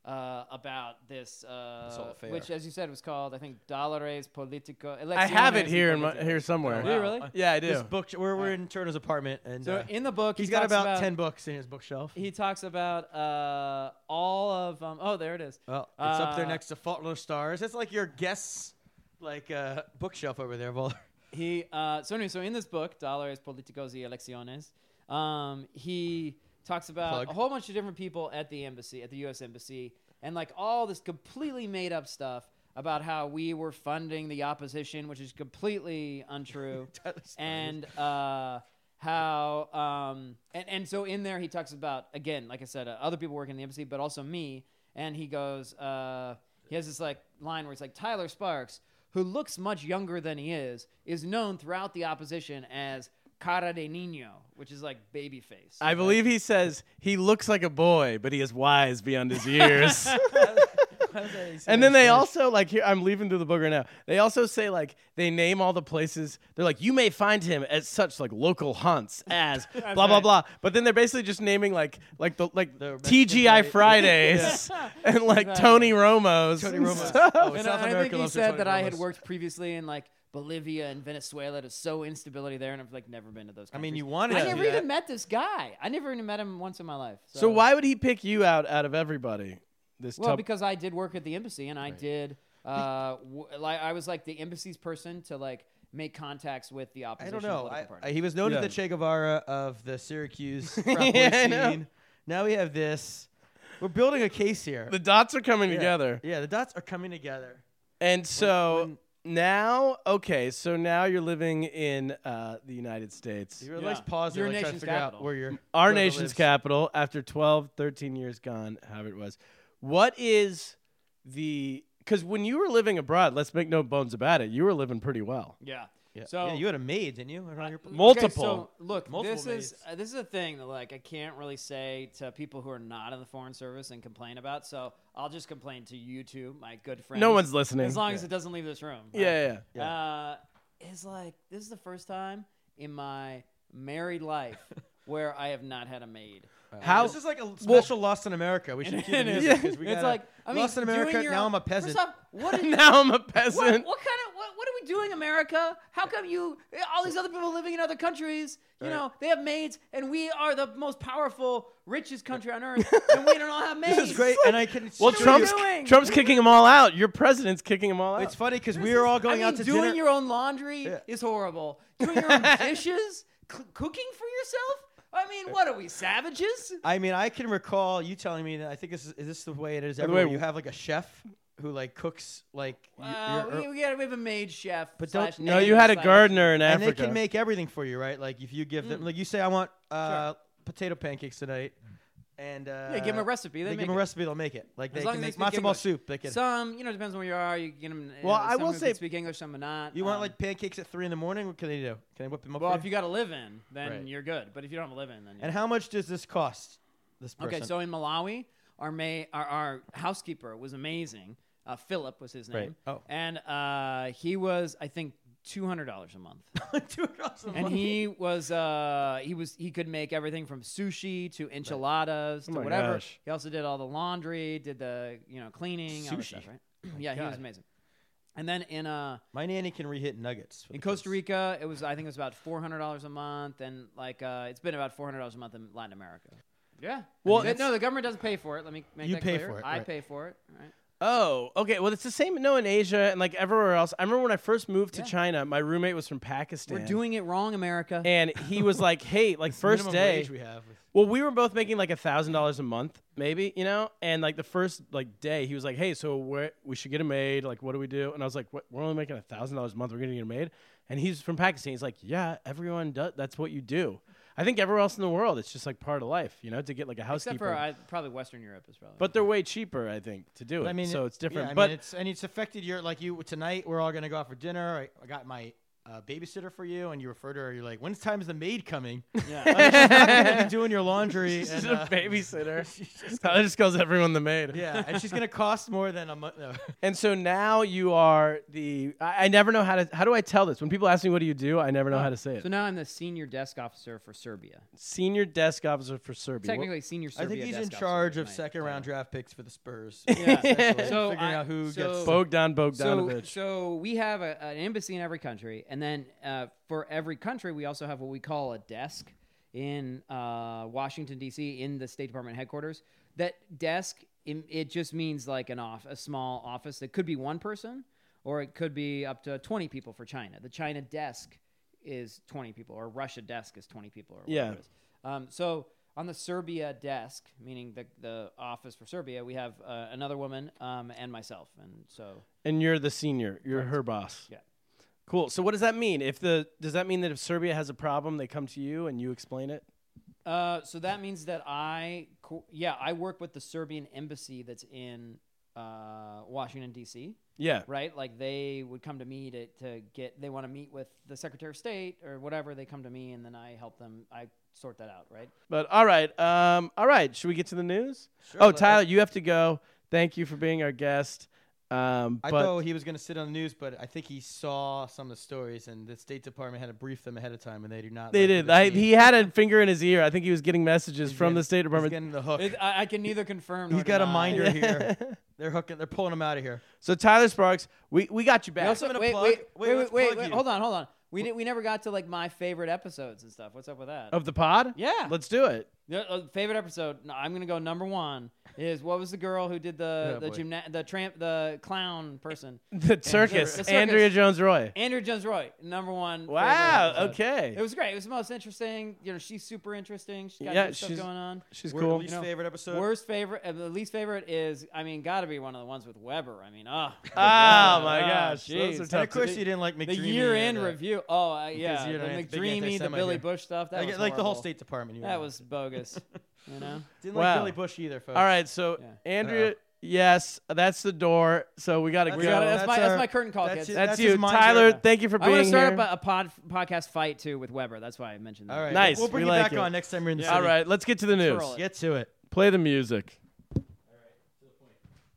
uh, about this, whole uh, affair. which as you said was called I think Dólares Politico. I have it Elecciones here in my, Politico. here somewhere. Do you really? Yeah, I do. This book, we're, we're in Turner's apartment, and So uh, in the book, he's he got talks about, ten books in his bookshelf. He talks about uh, all of um, oh there it is. Well, it's up there Uh, next to Fault in Our Stars. That's like your guess, like uh, bookshelf over there. Well, He uh, so anyway, so in this book, Dólares Políticos y Elecciones, um, he talks about Plug. a whole bunch of different people at the embassy, at the U.S. embassy, and like all this completely made up stuff about how we were funding the opposition, which is completely untrue, and uh, how um, and and so in there he talks about again, like I said, uh, other people working in the embassy, but also me, and he goes. Uh, he has this like line where it's like Tyler Sparks, who looks much younger than he is, is known throughout the opposition as cara de niño, which is like baby face. I believe he says he looks like a boy, but he is wise beyond his years. and then they also like here I'm leaving through the book right now. They also say like they name all the places. They're like you may find him at such like local haunts as blah blah blah. But then they're basically just naming like like the like The Mexican TGI plate. Fridays and like Exactly. Tony Romo's. Tony and Romo. stuff. Oh, and South I, I America think he loves their said Tony that I had Romo's. worked previously in like Bolivia and Venezuela to sow instability there, and I've like never been to those. I Countries. mean, you wanted. to I do never that. even met this guy. I never even met him once in my life. So, So why would he pick you out out of everybody? This Well, tub- because I did work at the embassy, and I did. Uh, w- like I was like the embassy's person to like make contacts with the I opposition. don't know. I, political I, party. he was known Yeah. as the Che Guevara of the Syracuse rap Yeah, I know. scene. Now we have this. We're building a case here. the dots are coming Yeah. together. Yeah, the dots are coming together. And so now, okay, so now you're living in uh, the United States, You were Yeah. nice pause there, Your like trying to nation's figure out capital. where your our brother nation's lives. capital, after 12, 13 years gone, however it was. What is the. Because when you were living abroad, let's make no bones about it, you were living pretty well. Yeah. So yeah, you had a maid, didn't you? around your Uh, pl- Multiple. Okay, so look, Multiple this is maids. uh, this is a thing that like I can't really say to people who are not in the foreign service and complain about. So I'll just complain to you two, my good friends. one's listening. As long as Yeah. it doesn't leave this room. right? Yeah, yeah, yeah. Uh, it's like this is the first time in my married life where I have not had a maid. How? This is like a special Lost in America. We should keep it is. music because we it's got like I mean, Lost in doing America. your Now own- I'm a peasant. First off, what is- now I'm a what, peasant. what kind of what, what are we doing, America? How come you all these other people living in other countries? You know they have maids, and we are the most powerful, richest country on earth, and we don't all have maids. This is great, and I can. Well, What are we Trump's doing? Trump's kicking them all out. Your president's kicking them all out. It's funny because we were all going I mean, out to doing dinner. your own laundry is horrible. Doing your own dishes, cl- cooking for yourself. I mean, what are we savages? I mean, I can recall you telling me that. I think this is, is this the way it is the everywhere. way- you have like a chef who like cooks like. y- Uh, your- we, we, got, we have a maid chef. But don't- slash no, nanny you had a slash- gardener in and Africa. they can make everything for you, right? Like if you give Mm. them, like you say, I want uh, potato pancakes tonight, and uh, Yeah, give 'em a recipe, they give make them a it. recipe, they'll make it. Like As they long can as make they speak matzo ball English. soup. They can. Some, you know, depends on where you are. You get them. Well, I will say- speak English, some who not. you want um, like pancakes at three in the morning? What can they do? Can I whip them up? Well, for if you got a live in, then Right. you're good. But if you don't have a live in, then you're and how much does this cost? This person. okay. So in Malawi, our may our, our housekeeper was amazing. Uh, Philip was his name. Right. Oh. and uh, he was I think two hundred dollars a month. Two girls and and one- he was uh he was he could make everything from sushi to enchiladas Oh to my whatever. gosh. He also did all the laundry, did the you know cleaning, all this stuff, Sushi. Oh right? yeah, he was amazing. And then in uh My nanny can rehit nuggets. for in the Costa kids. Rica, it was I think it was about four hundred dollars a month, and like uh, it's been about four hundred dollars a month in Latin America. Yeah. Well, Th- no, the government doesn't pay for it. Let me make You that pay clear. for it, I right. pay for it. Right. Oh, okay. Well, it's the same. No, in Asia and like everywhere else. I remember when I first moved to China, my roommate was from Pakistan. We're doing it wrong, America. and he was like, "Hey, like first Minimum day, wage we have. Well, we were both making like a thousand dollars a month, maybe, you know. And like the first like day, he was like, "Hey, so we we should get a maid. Like, what do we do?" And I was like, what? "We're only making a thousand dollars a month. We're gonna get a maid." And he's from Pakistan. He's like, "Yeah, everyone does. That's what you do. I think everywhere else in the world, it's just like part of life, you know, to get like a Except housekeeper. for I, probably Western Europe is probably. but they're way cheaper, I think, to do it. I mean, so it- it's different. yeah, I but mean, it's and it's affected your like you tonight. We're all gonna go out for dinner. I, I got my uh, babysitter for you, and you refer to her. You're like, when's time is the maid coming? Yeah, she's not gonna be doing your laundry. she's and, a uh, babysitter. Tyler just calls everyone the maid. yeah, and she's gonna cost more than a month. No. And so now you are the. I, I never know how to. How do I tell this? When people ask me what do you do, I never know how to say it. so now I'm the senior desk officer for Serbia. senior desk officer for Serbia. Technically, senior. I Serbia think he's in desk officer charge is of my second round title. draft picks for the Spurs. Yeah. so So figuring I- out who so- gets. Bogdan So, Bogdanovich. so we have a, an embassy in every country, and then uh, for every country, we also have what we call a desk in uh, Washington D.C. in the State Department headquarters. That desk, im- it just means like an off a small office that could be one person, or it could be up to twenty people for China. The China desk is twenty people, or Russia desk is twenty people, or whatever Yeah. it is. Um, so on the Serbia desk, meaning the, the office for Serbia, we have uh, another woman um, and myself, and so. and you're the senior. You're her boss. Yeah. Cool. So what does that mean? If the does that mean that if Serbia has a problem, they come to you and you explain it? Uh, so that means that I, co- yeah, I work with the Serbian embassy that's in uh, Washington D.C. Yeah. Right, like they would come to me to, to get they want to meet with the Secretary of State or whatever. They come to me and then I help them. I sort that out. Right. But all right. Um. All right. Should we get to the news? oh, Tyler, you have to go. Thank you for being our guest. Um. I but thought he was going to sit on the news, but I think he saw some of the stories, and the State Department had to brief them ahead of time, and they do not. they like what did. they're I, seeing. he had a finger in his ear. I think he was getting messages from the State He's Department. uh, getting the hook. It, I, I can neither confirm. Nor He's got a deny. minder here. They're hooking. They're pulling him out of here. So Tyler Sparks, we, we got you back. We also, gonna wait, plug- wait, wait, wait, let's wait, wait, plug you. Hold on, hold on. We did, we never got to like my favorite episodes and stuff. What's up with that? of the pod. Yeah. Let's do it. Yeah, uh, favorite episode. No, I'm gonna go number one is what was the girl who did the the gymna- the tramp the clown person The circus. circus. Andrea Jones Roy. Andrew Jones Roy number one. favorite Wow, episode. okay. It was great. It was the most interesting. You know, she's super interesting. She's got Yeah, good stuff she's- going on. She's We're cool. the least favorite episode. Worst favorite, uh, the least favorite is, I mean, got to be one of the ones with Weber. I mean, oh, Oh my Oh, gosh, those jeez. are And tough. of course, you didn't like McDreamy. the year-end and, uh, review. Oh, uh, yeah, you the don't have the big McDreamy, the anti-Semite Billy here. Bush stuff. That I was get, like the whole horrible. State Department. you That know. was bogus. you know. didn't Wow. like Billy Bush either, folks. All right, so Yeah. Andrea Yes, that's the door. So we got to go. We gotta- that's, that's my, that's our- my curtain call, kids. it. that's, That's you, his mind Tyler. right now. Thank you for I being want to start here. up a, a pod, podcast fight too with Weber. That's why I mentioned that. All right. Nice, We'll bring we you like back it. on next time we're in the All city. right, let's get to the news. Twirl it. Get to it. Play the music.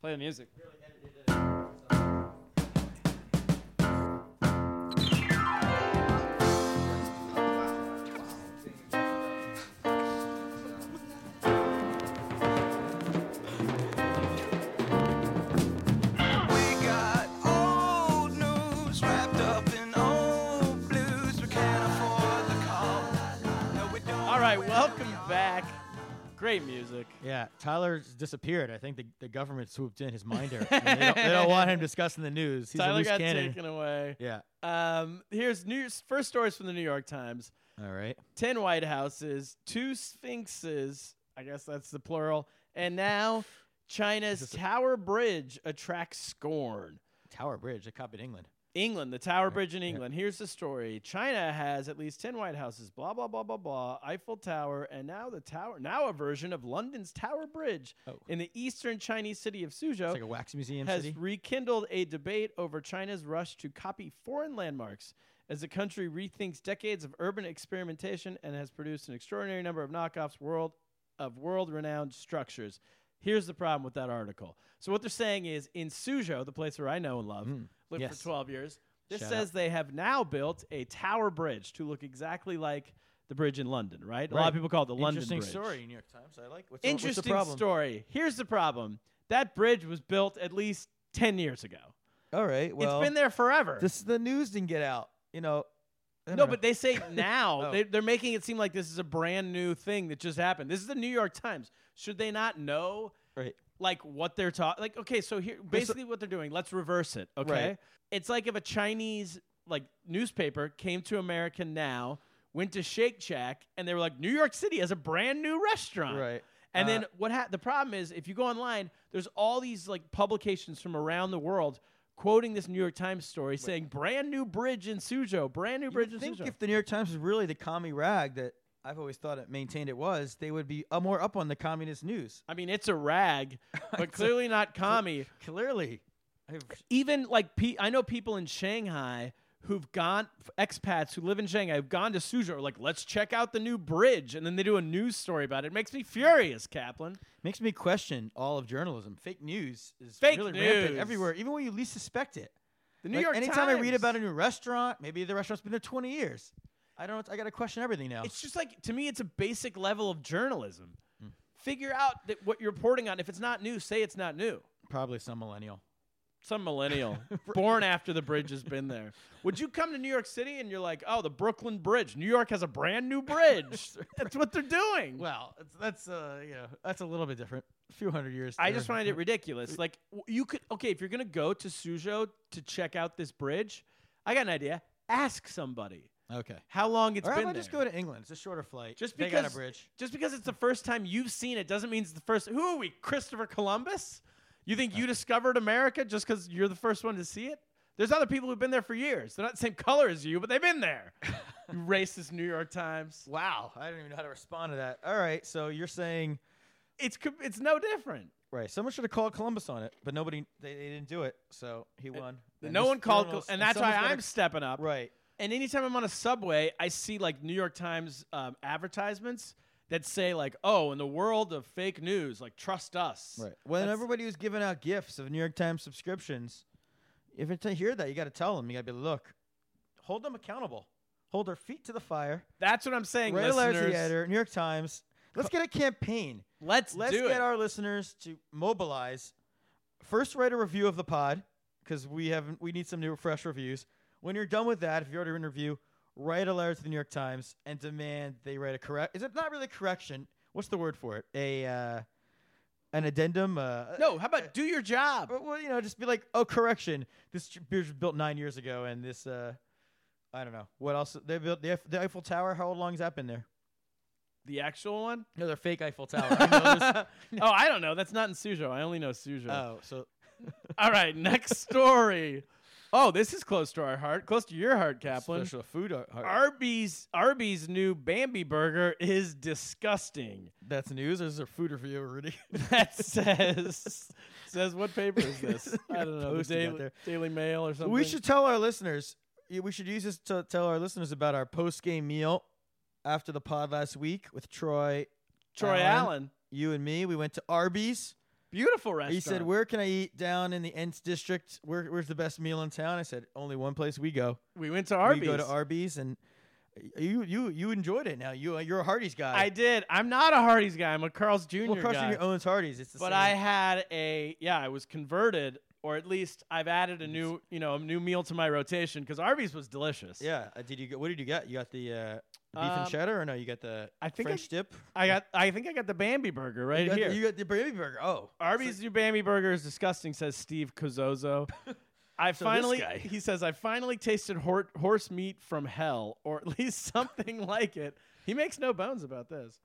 Play the music. We got old news wrapped up in old blues. We can't afford the call. No, we don't. All right, welcome back. Great music. Yeah, Tyler's disappeared. I think the, the government swooped in his minder. and they, don't, they don't want him discussing the news. He's a Tyler loose got cannon. taken away. Yeah. Um, here's news. First stories from the New York Times. All right. 10 White Houses, two Sphinxes, I guess that's the plural, and now China's Tower Bridge attracts scorn. Tower Bridge. They copied England. England, the Tower Bridge in England. Here's the story. China has at least 10 White Houses, blah, blah, blah, blah, blah, Eiffel Tower, and now the tower, now a version of London's Tower Bridge Oh. in the eastern Chinese city of Suzhou It's like a wax museum has city. rekindled a debate over China's rush to copy foreign landmarks as the country rethinks decades of urban experimentation and has produced an extraordinary number of knockoffs world of world-renowned structures. Here's the problem with that article. So what they're saying is in Suzhou, the place where I know and love, lived Hmm. yes. for 12 years, this Shout out. says they have now built a tower bridge to look exactly like the bridge in London, right? A lot Right. of people call it the London Interesting Bridge. story, New York Times. I like. What's the- Interesting what's the problem? story. Here's the problem. That bridge was built at least 10 years ago. All right. Well, it's been there forever. This the news didn't get out. You know. I no, don't but know. they say now. Oh. they, they're making it seem like this is a brand new thing that just happened. This is the New York Times. Should they not know Right. like what they're talking like okay, so here basically what they're doing, let's reverse it, okay? Right. It's like if a Chinese like newspaper came to America now, went to Shake Shack and they were like New York City has a brand new restaurant. Right. And Uh, then what ha- the problem is if you go online, there's all these like publications from around the world quoting this New York Times story saying brand new bridge in Suzhou, brand new You bridge would in think Suzhou. if the New York Times was really the commie rag that I've always thought it maintained it was, they would be uh, more up on the communist news. I mean, it's a rag, but clearly not commie. Clearly. I've, Even like pe- I know people in Shanghai who've gone expats who live in Shanghai have gone to Suzhou are like let's check out the new bridge and then they do a news story about it. It makes me furious, Kaplan. makes me question all of journalism. Fake news is Fake really rampant news. everywhere, even when you least suspect it. The New Like, York anytime I read Times. about a new restaurant, maybe the restaurant's been there 20 years. I don't. I gotta question everything now. It's just like to me, it's a basic level of journalism. Figure out that what you're reporting on. If it's not new, say it's not new. probably some millennial. Some millennial born after the bridge has been there. Would you come to New York City and you're like, oh, the Brooklyn Bridge. New York has a brand new bridge. That's what they're doing. Well, it's- that's uh, you know, that's a little bit different. A few hundred years. I there. just find it ridiculous. Like w- you could okay, if you're gonna go to Suzhou to check out this bridge, I got an idea. Ask somebody Okay. how long it's Or how been about there. just go to England? It's a shorter flight. Just they because got a bridge. Just because it's the first time you've seen it doesn't mean it's the first. Who are we, Christopher Columbus? You think you discovered America just because you're the first one to see it? There's other people who've been there for years. They're not the same color as you, but they've been there. you racist New York Times. Wow, I don't even know how to respond to that. All right, so you're saying It's co- it's no different. right? Someone should have called Columbus on it, but nobody they, they didn't do it, so he won. And no this one called, Col- journalist- and that's why someone's gotta- I'm stepping up. right. And anytime I'm on a subway, I see like New York Times um, advertisements that say like, "Oh, in the world of fake news, like trust us." Right. When That's- everybody was giving out gifts of New York Times subscriptions, if it's to hear that, you got to tell them. You got to be look, hold them accountable, hold their feet to the fire. That's what I'm saying, Ray Larson, listeners. the editor, New York Times. Let's get a campaign. Let's, Let's do get it. our listeners to mobilize. First, write a review of the pod because we haven't. We need some new, fresh reviews. When you're done with that, if you already written a review, write a letter to the New York Times and demand they write a correct. Is it not really a correction? What's the word for it? A uh, an addendum. Uh, No, how about do your job? But, well, you know, just be like, oh, correction. This ch- bridge was built nine years ago, and this, uh, I don't know, what else they built the, Eif- the Eiffel Tower. How long has that been there? The actual one? No, they're fake Eiffel Tower. I know this- oh, I don't know. That's not in Suzhou. I only know Suzhou. oh, so All right, next story. Oh, this is close to our heart, close to your heart, Kaplan. Special food. uh, Ar- ar- Arby's Arby's new Bambi burger is disgusting. that's news. Or is there food review already? That says says what paper is this? I don't know. The Posting out Daily, there. Daily Mail or something. we should tell our listeners. yeah, We should use this to tell our listeners about our post game meal after the pod last week with Troy. Troy Allen. You and me. We went to Arby's. Beautiful restaurant. He said, "Where can I eat down in the Ents district? Where, where's the best meal in town?" I said, "Only one place we go. we went to Arby's. We go to Arby's, and you you you enjoyed it. Now you you're a Hardee's guy. I did. I'm not a Hardy's guy. I'm a Carl's Jr. well, guy. crushing your own Hardee's. It's the but same. I had a yeah, I was converted, or at least I've added a new you know a new meal to my rotation because Arby's was delicious. yeah. uh, Did you get, what did you get? You got the uh, beef Um, and cheddar, or no? You got the I think I- French dip. I got I think I got the Bambi burger right you got, here. You got the baby burger. Oh, Arby's new Bambi burger is disgusting, says Steve Cozozo. I finally, guy. he says, I finally tasted hor- horse meat from hell, or at least something like it. He makes no bones about this.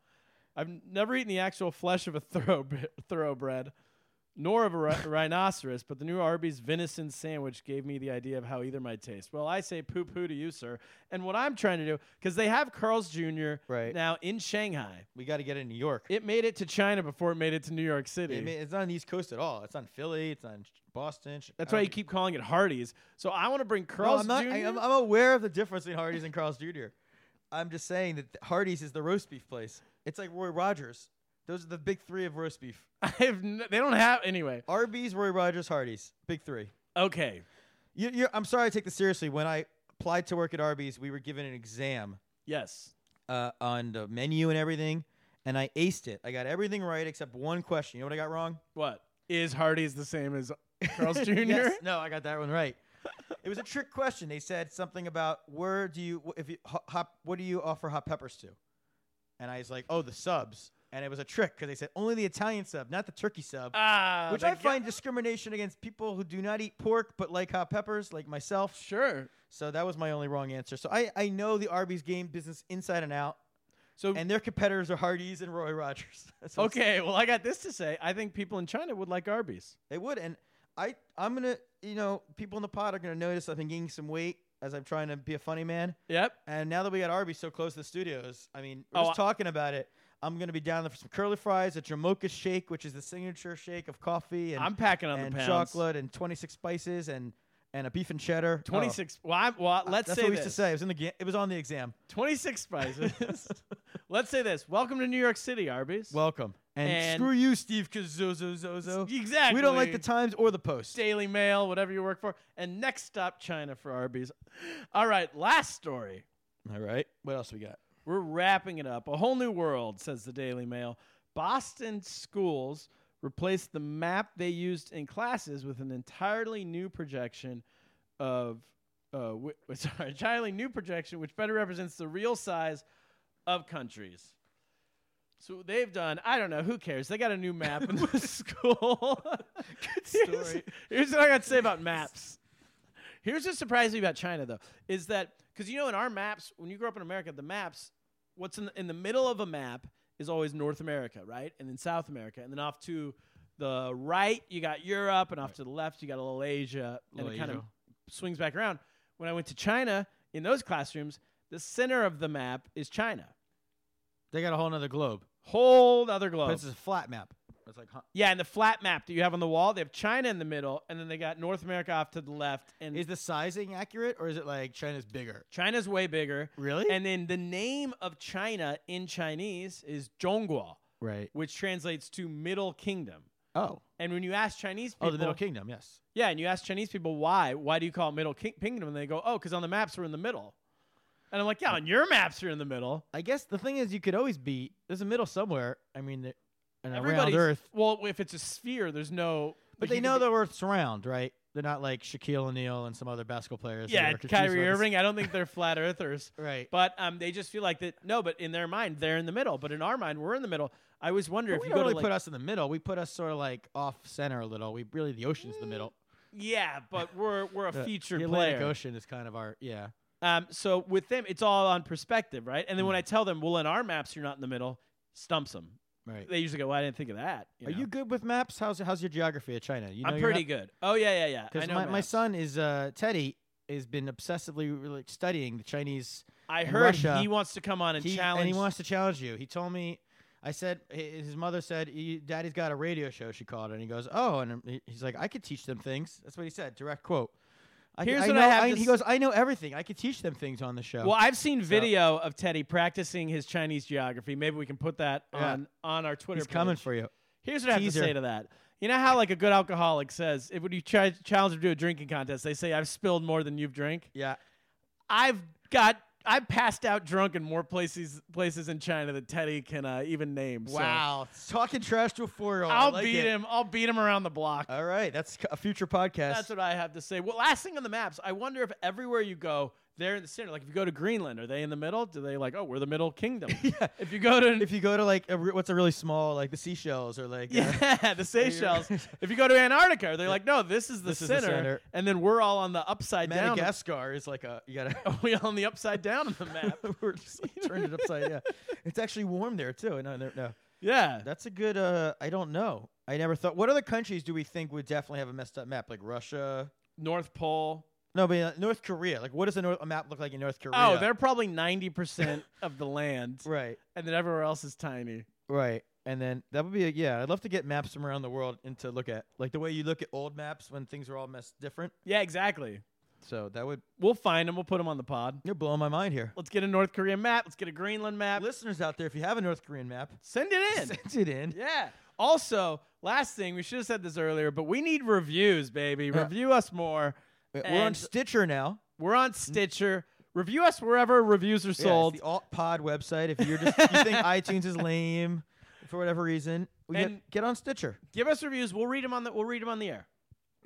I've never eaten the actual flesh of a thoroughbred, thoroughbred nor of a ri- rhinoceros, but the new Arby's venison sandwich gave me the idea of how either might taste. Well, I say poo poo to you, sir. And what I'm trying to do, because they have Carl's Jr. Right. now in Shanghai. we got to get it in New York. It made it to China before it made it to New York I City. mean, it's not on the East Coast at all. It's on Philly. It's on Boston. Chi- That's I why you don't- keep calling it Hardee's. So I want to bring No, Carl's I'm not. Jr. I, am I'm aware of the difference between Hardee's and Carl's Jr. I'm just saying that Hardee's is the roast beef place. It's like Roy Rogers. Those are the big three of roast beef: I have n- they don't have anyway. Arby's, Roy Rogers, Hardee's. Big three. Okay. You, you're, I'm sorry I take this seriously. When I applied to work at Arby's, we were given an exam Yes. uh, on the menu and everything, and I aced it. I got everything right except one question. You know what I got wrong? What is Hardee's the same as Carl's Jr.? Yes. No, I got that one right. it was a trick question. They said something about where do you if you ho- hot what do you offer hot peppers to? And I was like, oh, the subs. And it was a trick because they said only the Italian sub, not the turkey sub, Ah, which the I ga- find discrimination against people who do not eat pork but like hot peppers, like myself. sure. So that was my only wrong answer. So I, I know the Arby's game business inside and out, So and their competitors are Hardee's and Roy Rogers. That's what I'm saying. okay, well I got this to say. I think people in China would like Arby's. They would, and I I'm gonna you know people in the pod are gonna notice I've been gaining some weight as I'm trying to be a funny man. Yep. And now that we got Arby's so close to the studios, I mean, we're Oh, just I- talking about it. I'm gonna be down there for some curly fries, a Jamocha shake, which is the signature shake of coffee and I'm packing on and the pounds. chocolate and 26 spices and and a beef and cheddar. Oh, 26 well, I'm, well let's that's say what we this. used to say. It was in the ga- it was on the exam. 26 spices. let's say this. Welcome to New York City, Arby's. Welcome. And, And- screw you, Steve Kazozozozo. Exactly. We don't like the Times or the Post. Daily Mail, whatever you work for. And next stop China for Arby's. All right, last story. All right. What else we got? We're wrapping it up. A whole new world, says the Daily Mail. Boston schools replaced the map they used in classes with an entirely new projection of, uh, wi- sorry, entirely new projection which better represents the real size of countries. So they've done. I don't know. Who cares? They got a new map in the school. Good story. Here's, here's what I got to say about maps. Here's what surprised me about China, though, is that because you know in our maps, when you grow up in America, the maps, what's in the, in the middle of a map is always North America, right, and then South America, and then off to the right you got Europe, and off to the left you got a little Asia, and it kind of Little swings back around. When I went to China in those classrooms, the center of the map is China, They got a whole nother globe. whole other globe. But it's a flat map. It's like huh. Yeah, and the flat map that you have on the wall, they have China in the middle, and then they got North America off to the left, and Is the sizing accurate or is it like China's bigger? China's way bigger. Really? And then the name of China in Chinese is Zhonghua, Right. which translates to Middle Kingdom. Oh. And when you ask Chinese people, Oh, the Middle Kingdom, yes. yeah, and you ask Chinese people why, why do you call it Middle King- Kingdom? And they go, oh, because on the maps we're in the middle. And I'm like, yeah, on your maps you're in the middle. I guess the thing is you could always be there's a middle somewhere. I mean the- and around Everybody's Earth. Well, if it's a sphere, there's no. But like, they you know can be- the Earth's round, right? They're not like Shaquille O'Neal and some other basketball players. who Yeah, are confused Kyrie about this- Irving. I don't think they're flat earthers. Right. But um, they just feel like that. No, but in their mind, they're in the middle. But in our mind, we're in the middle. I always wonder But if we you don't go really to like, put us in the middle. We put us sort of like off center a little. We really the ocean's the middle. yeah, but we're we're Mm, a The- featured the Atlantic player. Ocean is kind of our yeah. Um, so Hmm. with them, it's all on perspective, right? And then when I tell them, well, in our maps, you're not in the middle, stumps them. Right. They usually go, well, I didn't think of that. Are you know? good with maps? How's how's your geography of China? You know I'm you're pretty not- good. Oh, yeah, yeah, yeah. I Because know my, my maps. son is uh, Teddy has been obsessively really studying the Chinese. I in heard Russia. he wants to come on and He- challenge. and he wants to challenge you. He told me. I said hi- his mother said "You- Daddy's got a radio show. She called it, and he goes, "Oh," and um, he- he's like, "I could teach them things." That's what he said, direct quote. I, c- Here's I what I know- have to He s- goes, "I know everything. I could teach them things on the show." well, I've seen video of Teddy practicing his Chinese geography. Maybe we can put that Yeah. on on our Twitter. he's coming page. for you. Here's what I have to Teaser. say to that. You know how like a good alcoholic says, if when you try challenge them to a drinking contest, they say I've spilled more than you've drank. Yeah, I've got I've passed out drunk in more places places in China than Teddy can uh, even name. so Wow, talking trash to a four-year-old. I I'll like beat it. him. I'll beat him around the block. All right, that's c- a future podcast. That's what I have to say. Well, last thing on the maps, I wonder if everywhere you go, they're in the center. Like if you go to Greenland, are they in the middle? Do they like, oh, we're the middle kingdom? If you go to if you go to like a re- what's a really small like the seashells or like uh, yeah, the Seychelles. if you go to Antarctica, they're like, no, this is the, This is center, the center. and then we're all on the upside down. Madagascar is like a you gotta We on the upside down on the map. we're just like, turned it upside yeah it's actually warm there too no no, no. yeah, that's a good uh I don't know I never thought what other countries do we think would definitely have a messed up map like Russia North Pole. no but uh, North Korea like what does a, North, a map look like in North Korea Oh, they're probably ninety percent of the land, right and then everywhere else is tiny. right and then that would be a, yeah I'd love to get maps from around the world and to look at like the way you look at old maps when things are all messed different Yeah, exactly. so that would We'll find them. We'll put them on the pod. you're blowing my mind here Let's get a North Korean map. Let's get a Greenland map. listeners out there if you have a North Korean map Send it in. send it in Yeah. Also, last thing, we should have said this earlier, but we need reviews, baby. Yeah. Review us more. we're on And- Stitcher now. We're on Stitcher. Review us wherever reviews are Mm. Yeah, it's sold. the alt pod website. If you're just you think iTunes is lame for whatever reason, we get, And- get on Stitcher. Give us reviews. We'll read them on the we'll read 'em on the air.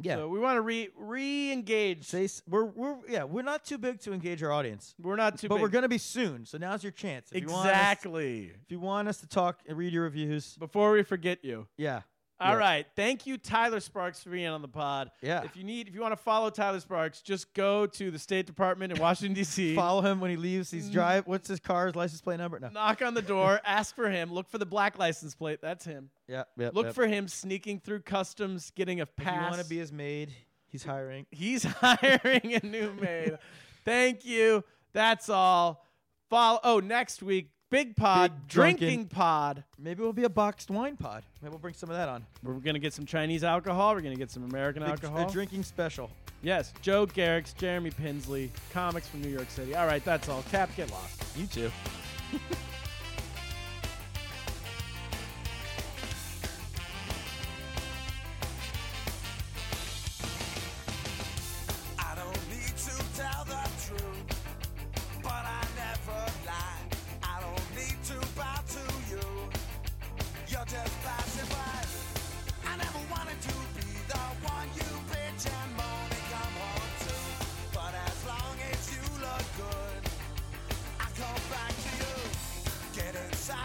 Yeah. So we want to re re-engage. Say s- we're we're yeah we're not too big to engage our audience, we're not too but big. we're gonna be soon. So now's your chance. If You want us, Exactly. if you want us to talk and read your reviews, Before we forget you. yeah, All right. Yeah. Thank you, Tyler Sparks, for being on the pod. Yeah. If you need if you want to follow Tyler Sparks, just go to the State Department in Washington, DC. follow him when he Mm. leaves. He's drive. What's his car's license plate number? No. Knock on the door, ask for him, look for the black license plate. That's him. Yeah. Yep, Look yep. for him sneaking through customs, getting a If you pass. want to be his maid, he's hiring. He's hiring a new maid. Thank you. That's all. Follow. Oh, next week, big pod, Big drunken- drinking pod. Maybe we'll be a boxed wine pod. Maybe we'll bring some of that on. We're gonna get some Chinese alcohol. We're gonna get some American Big- alcohol. A drinking special. yes, Joe Garrick's, Jeremy Pinsley, comics from New York City. All right, that's all. Cap, get lost. You too. I don't need to tell the truth, but I never lie. I don't need to bow to you. You're just passing by. I never wanted to be the one you bitch and moan and come home to. But as long as you look good, I come back to you.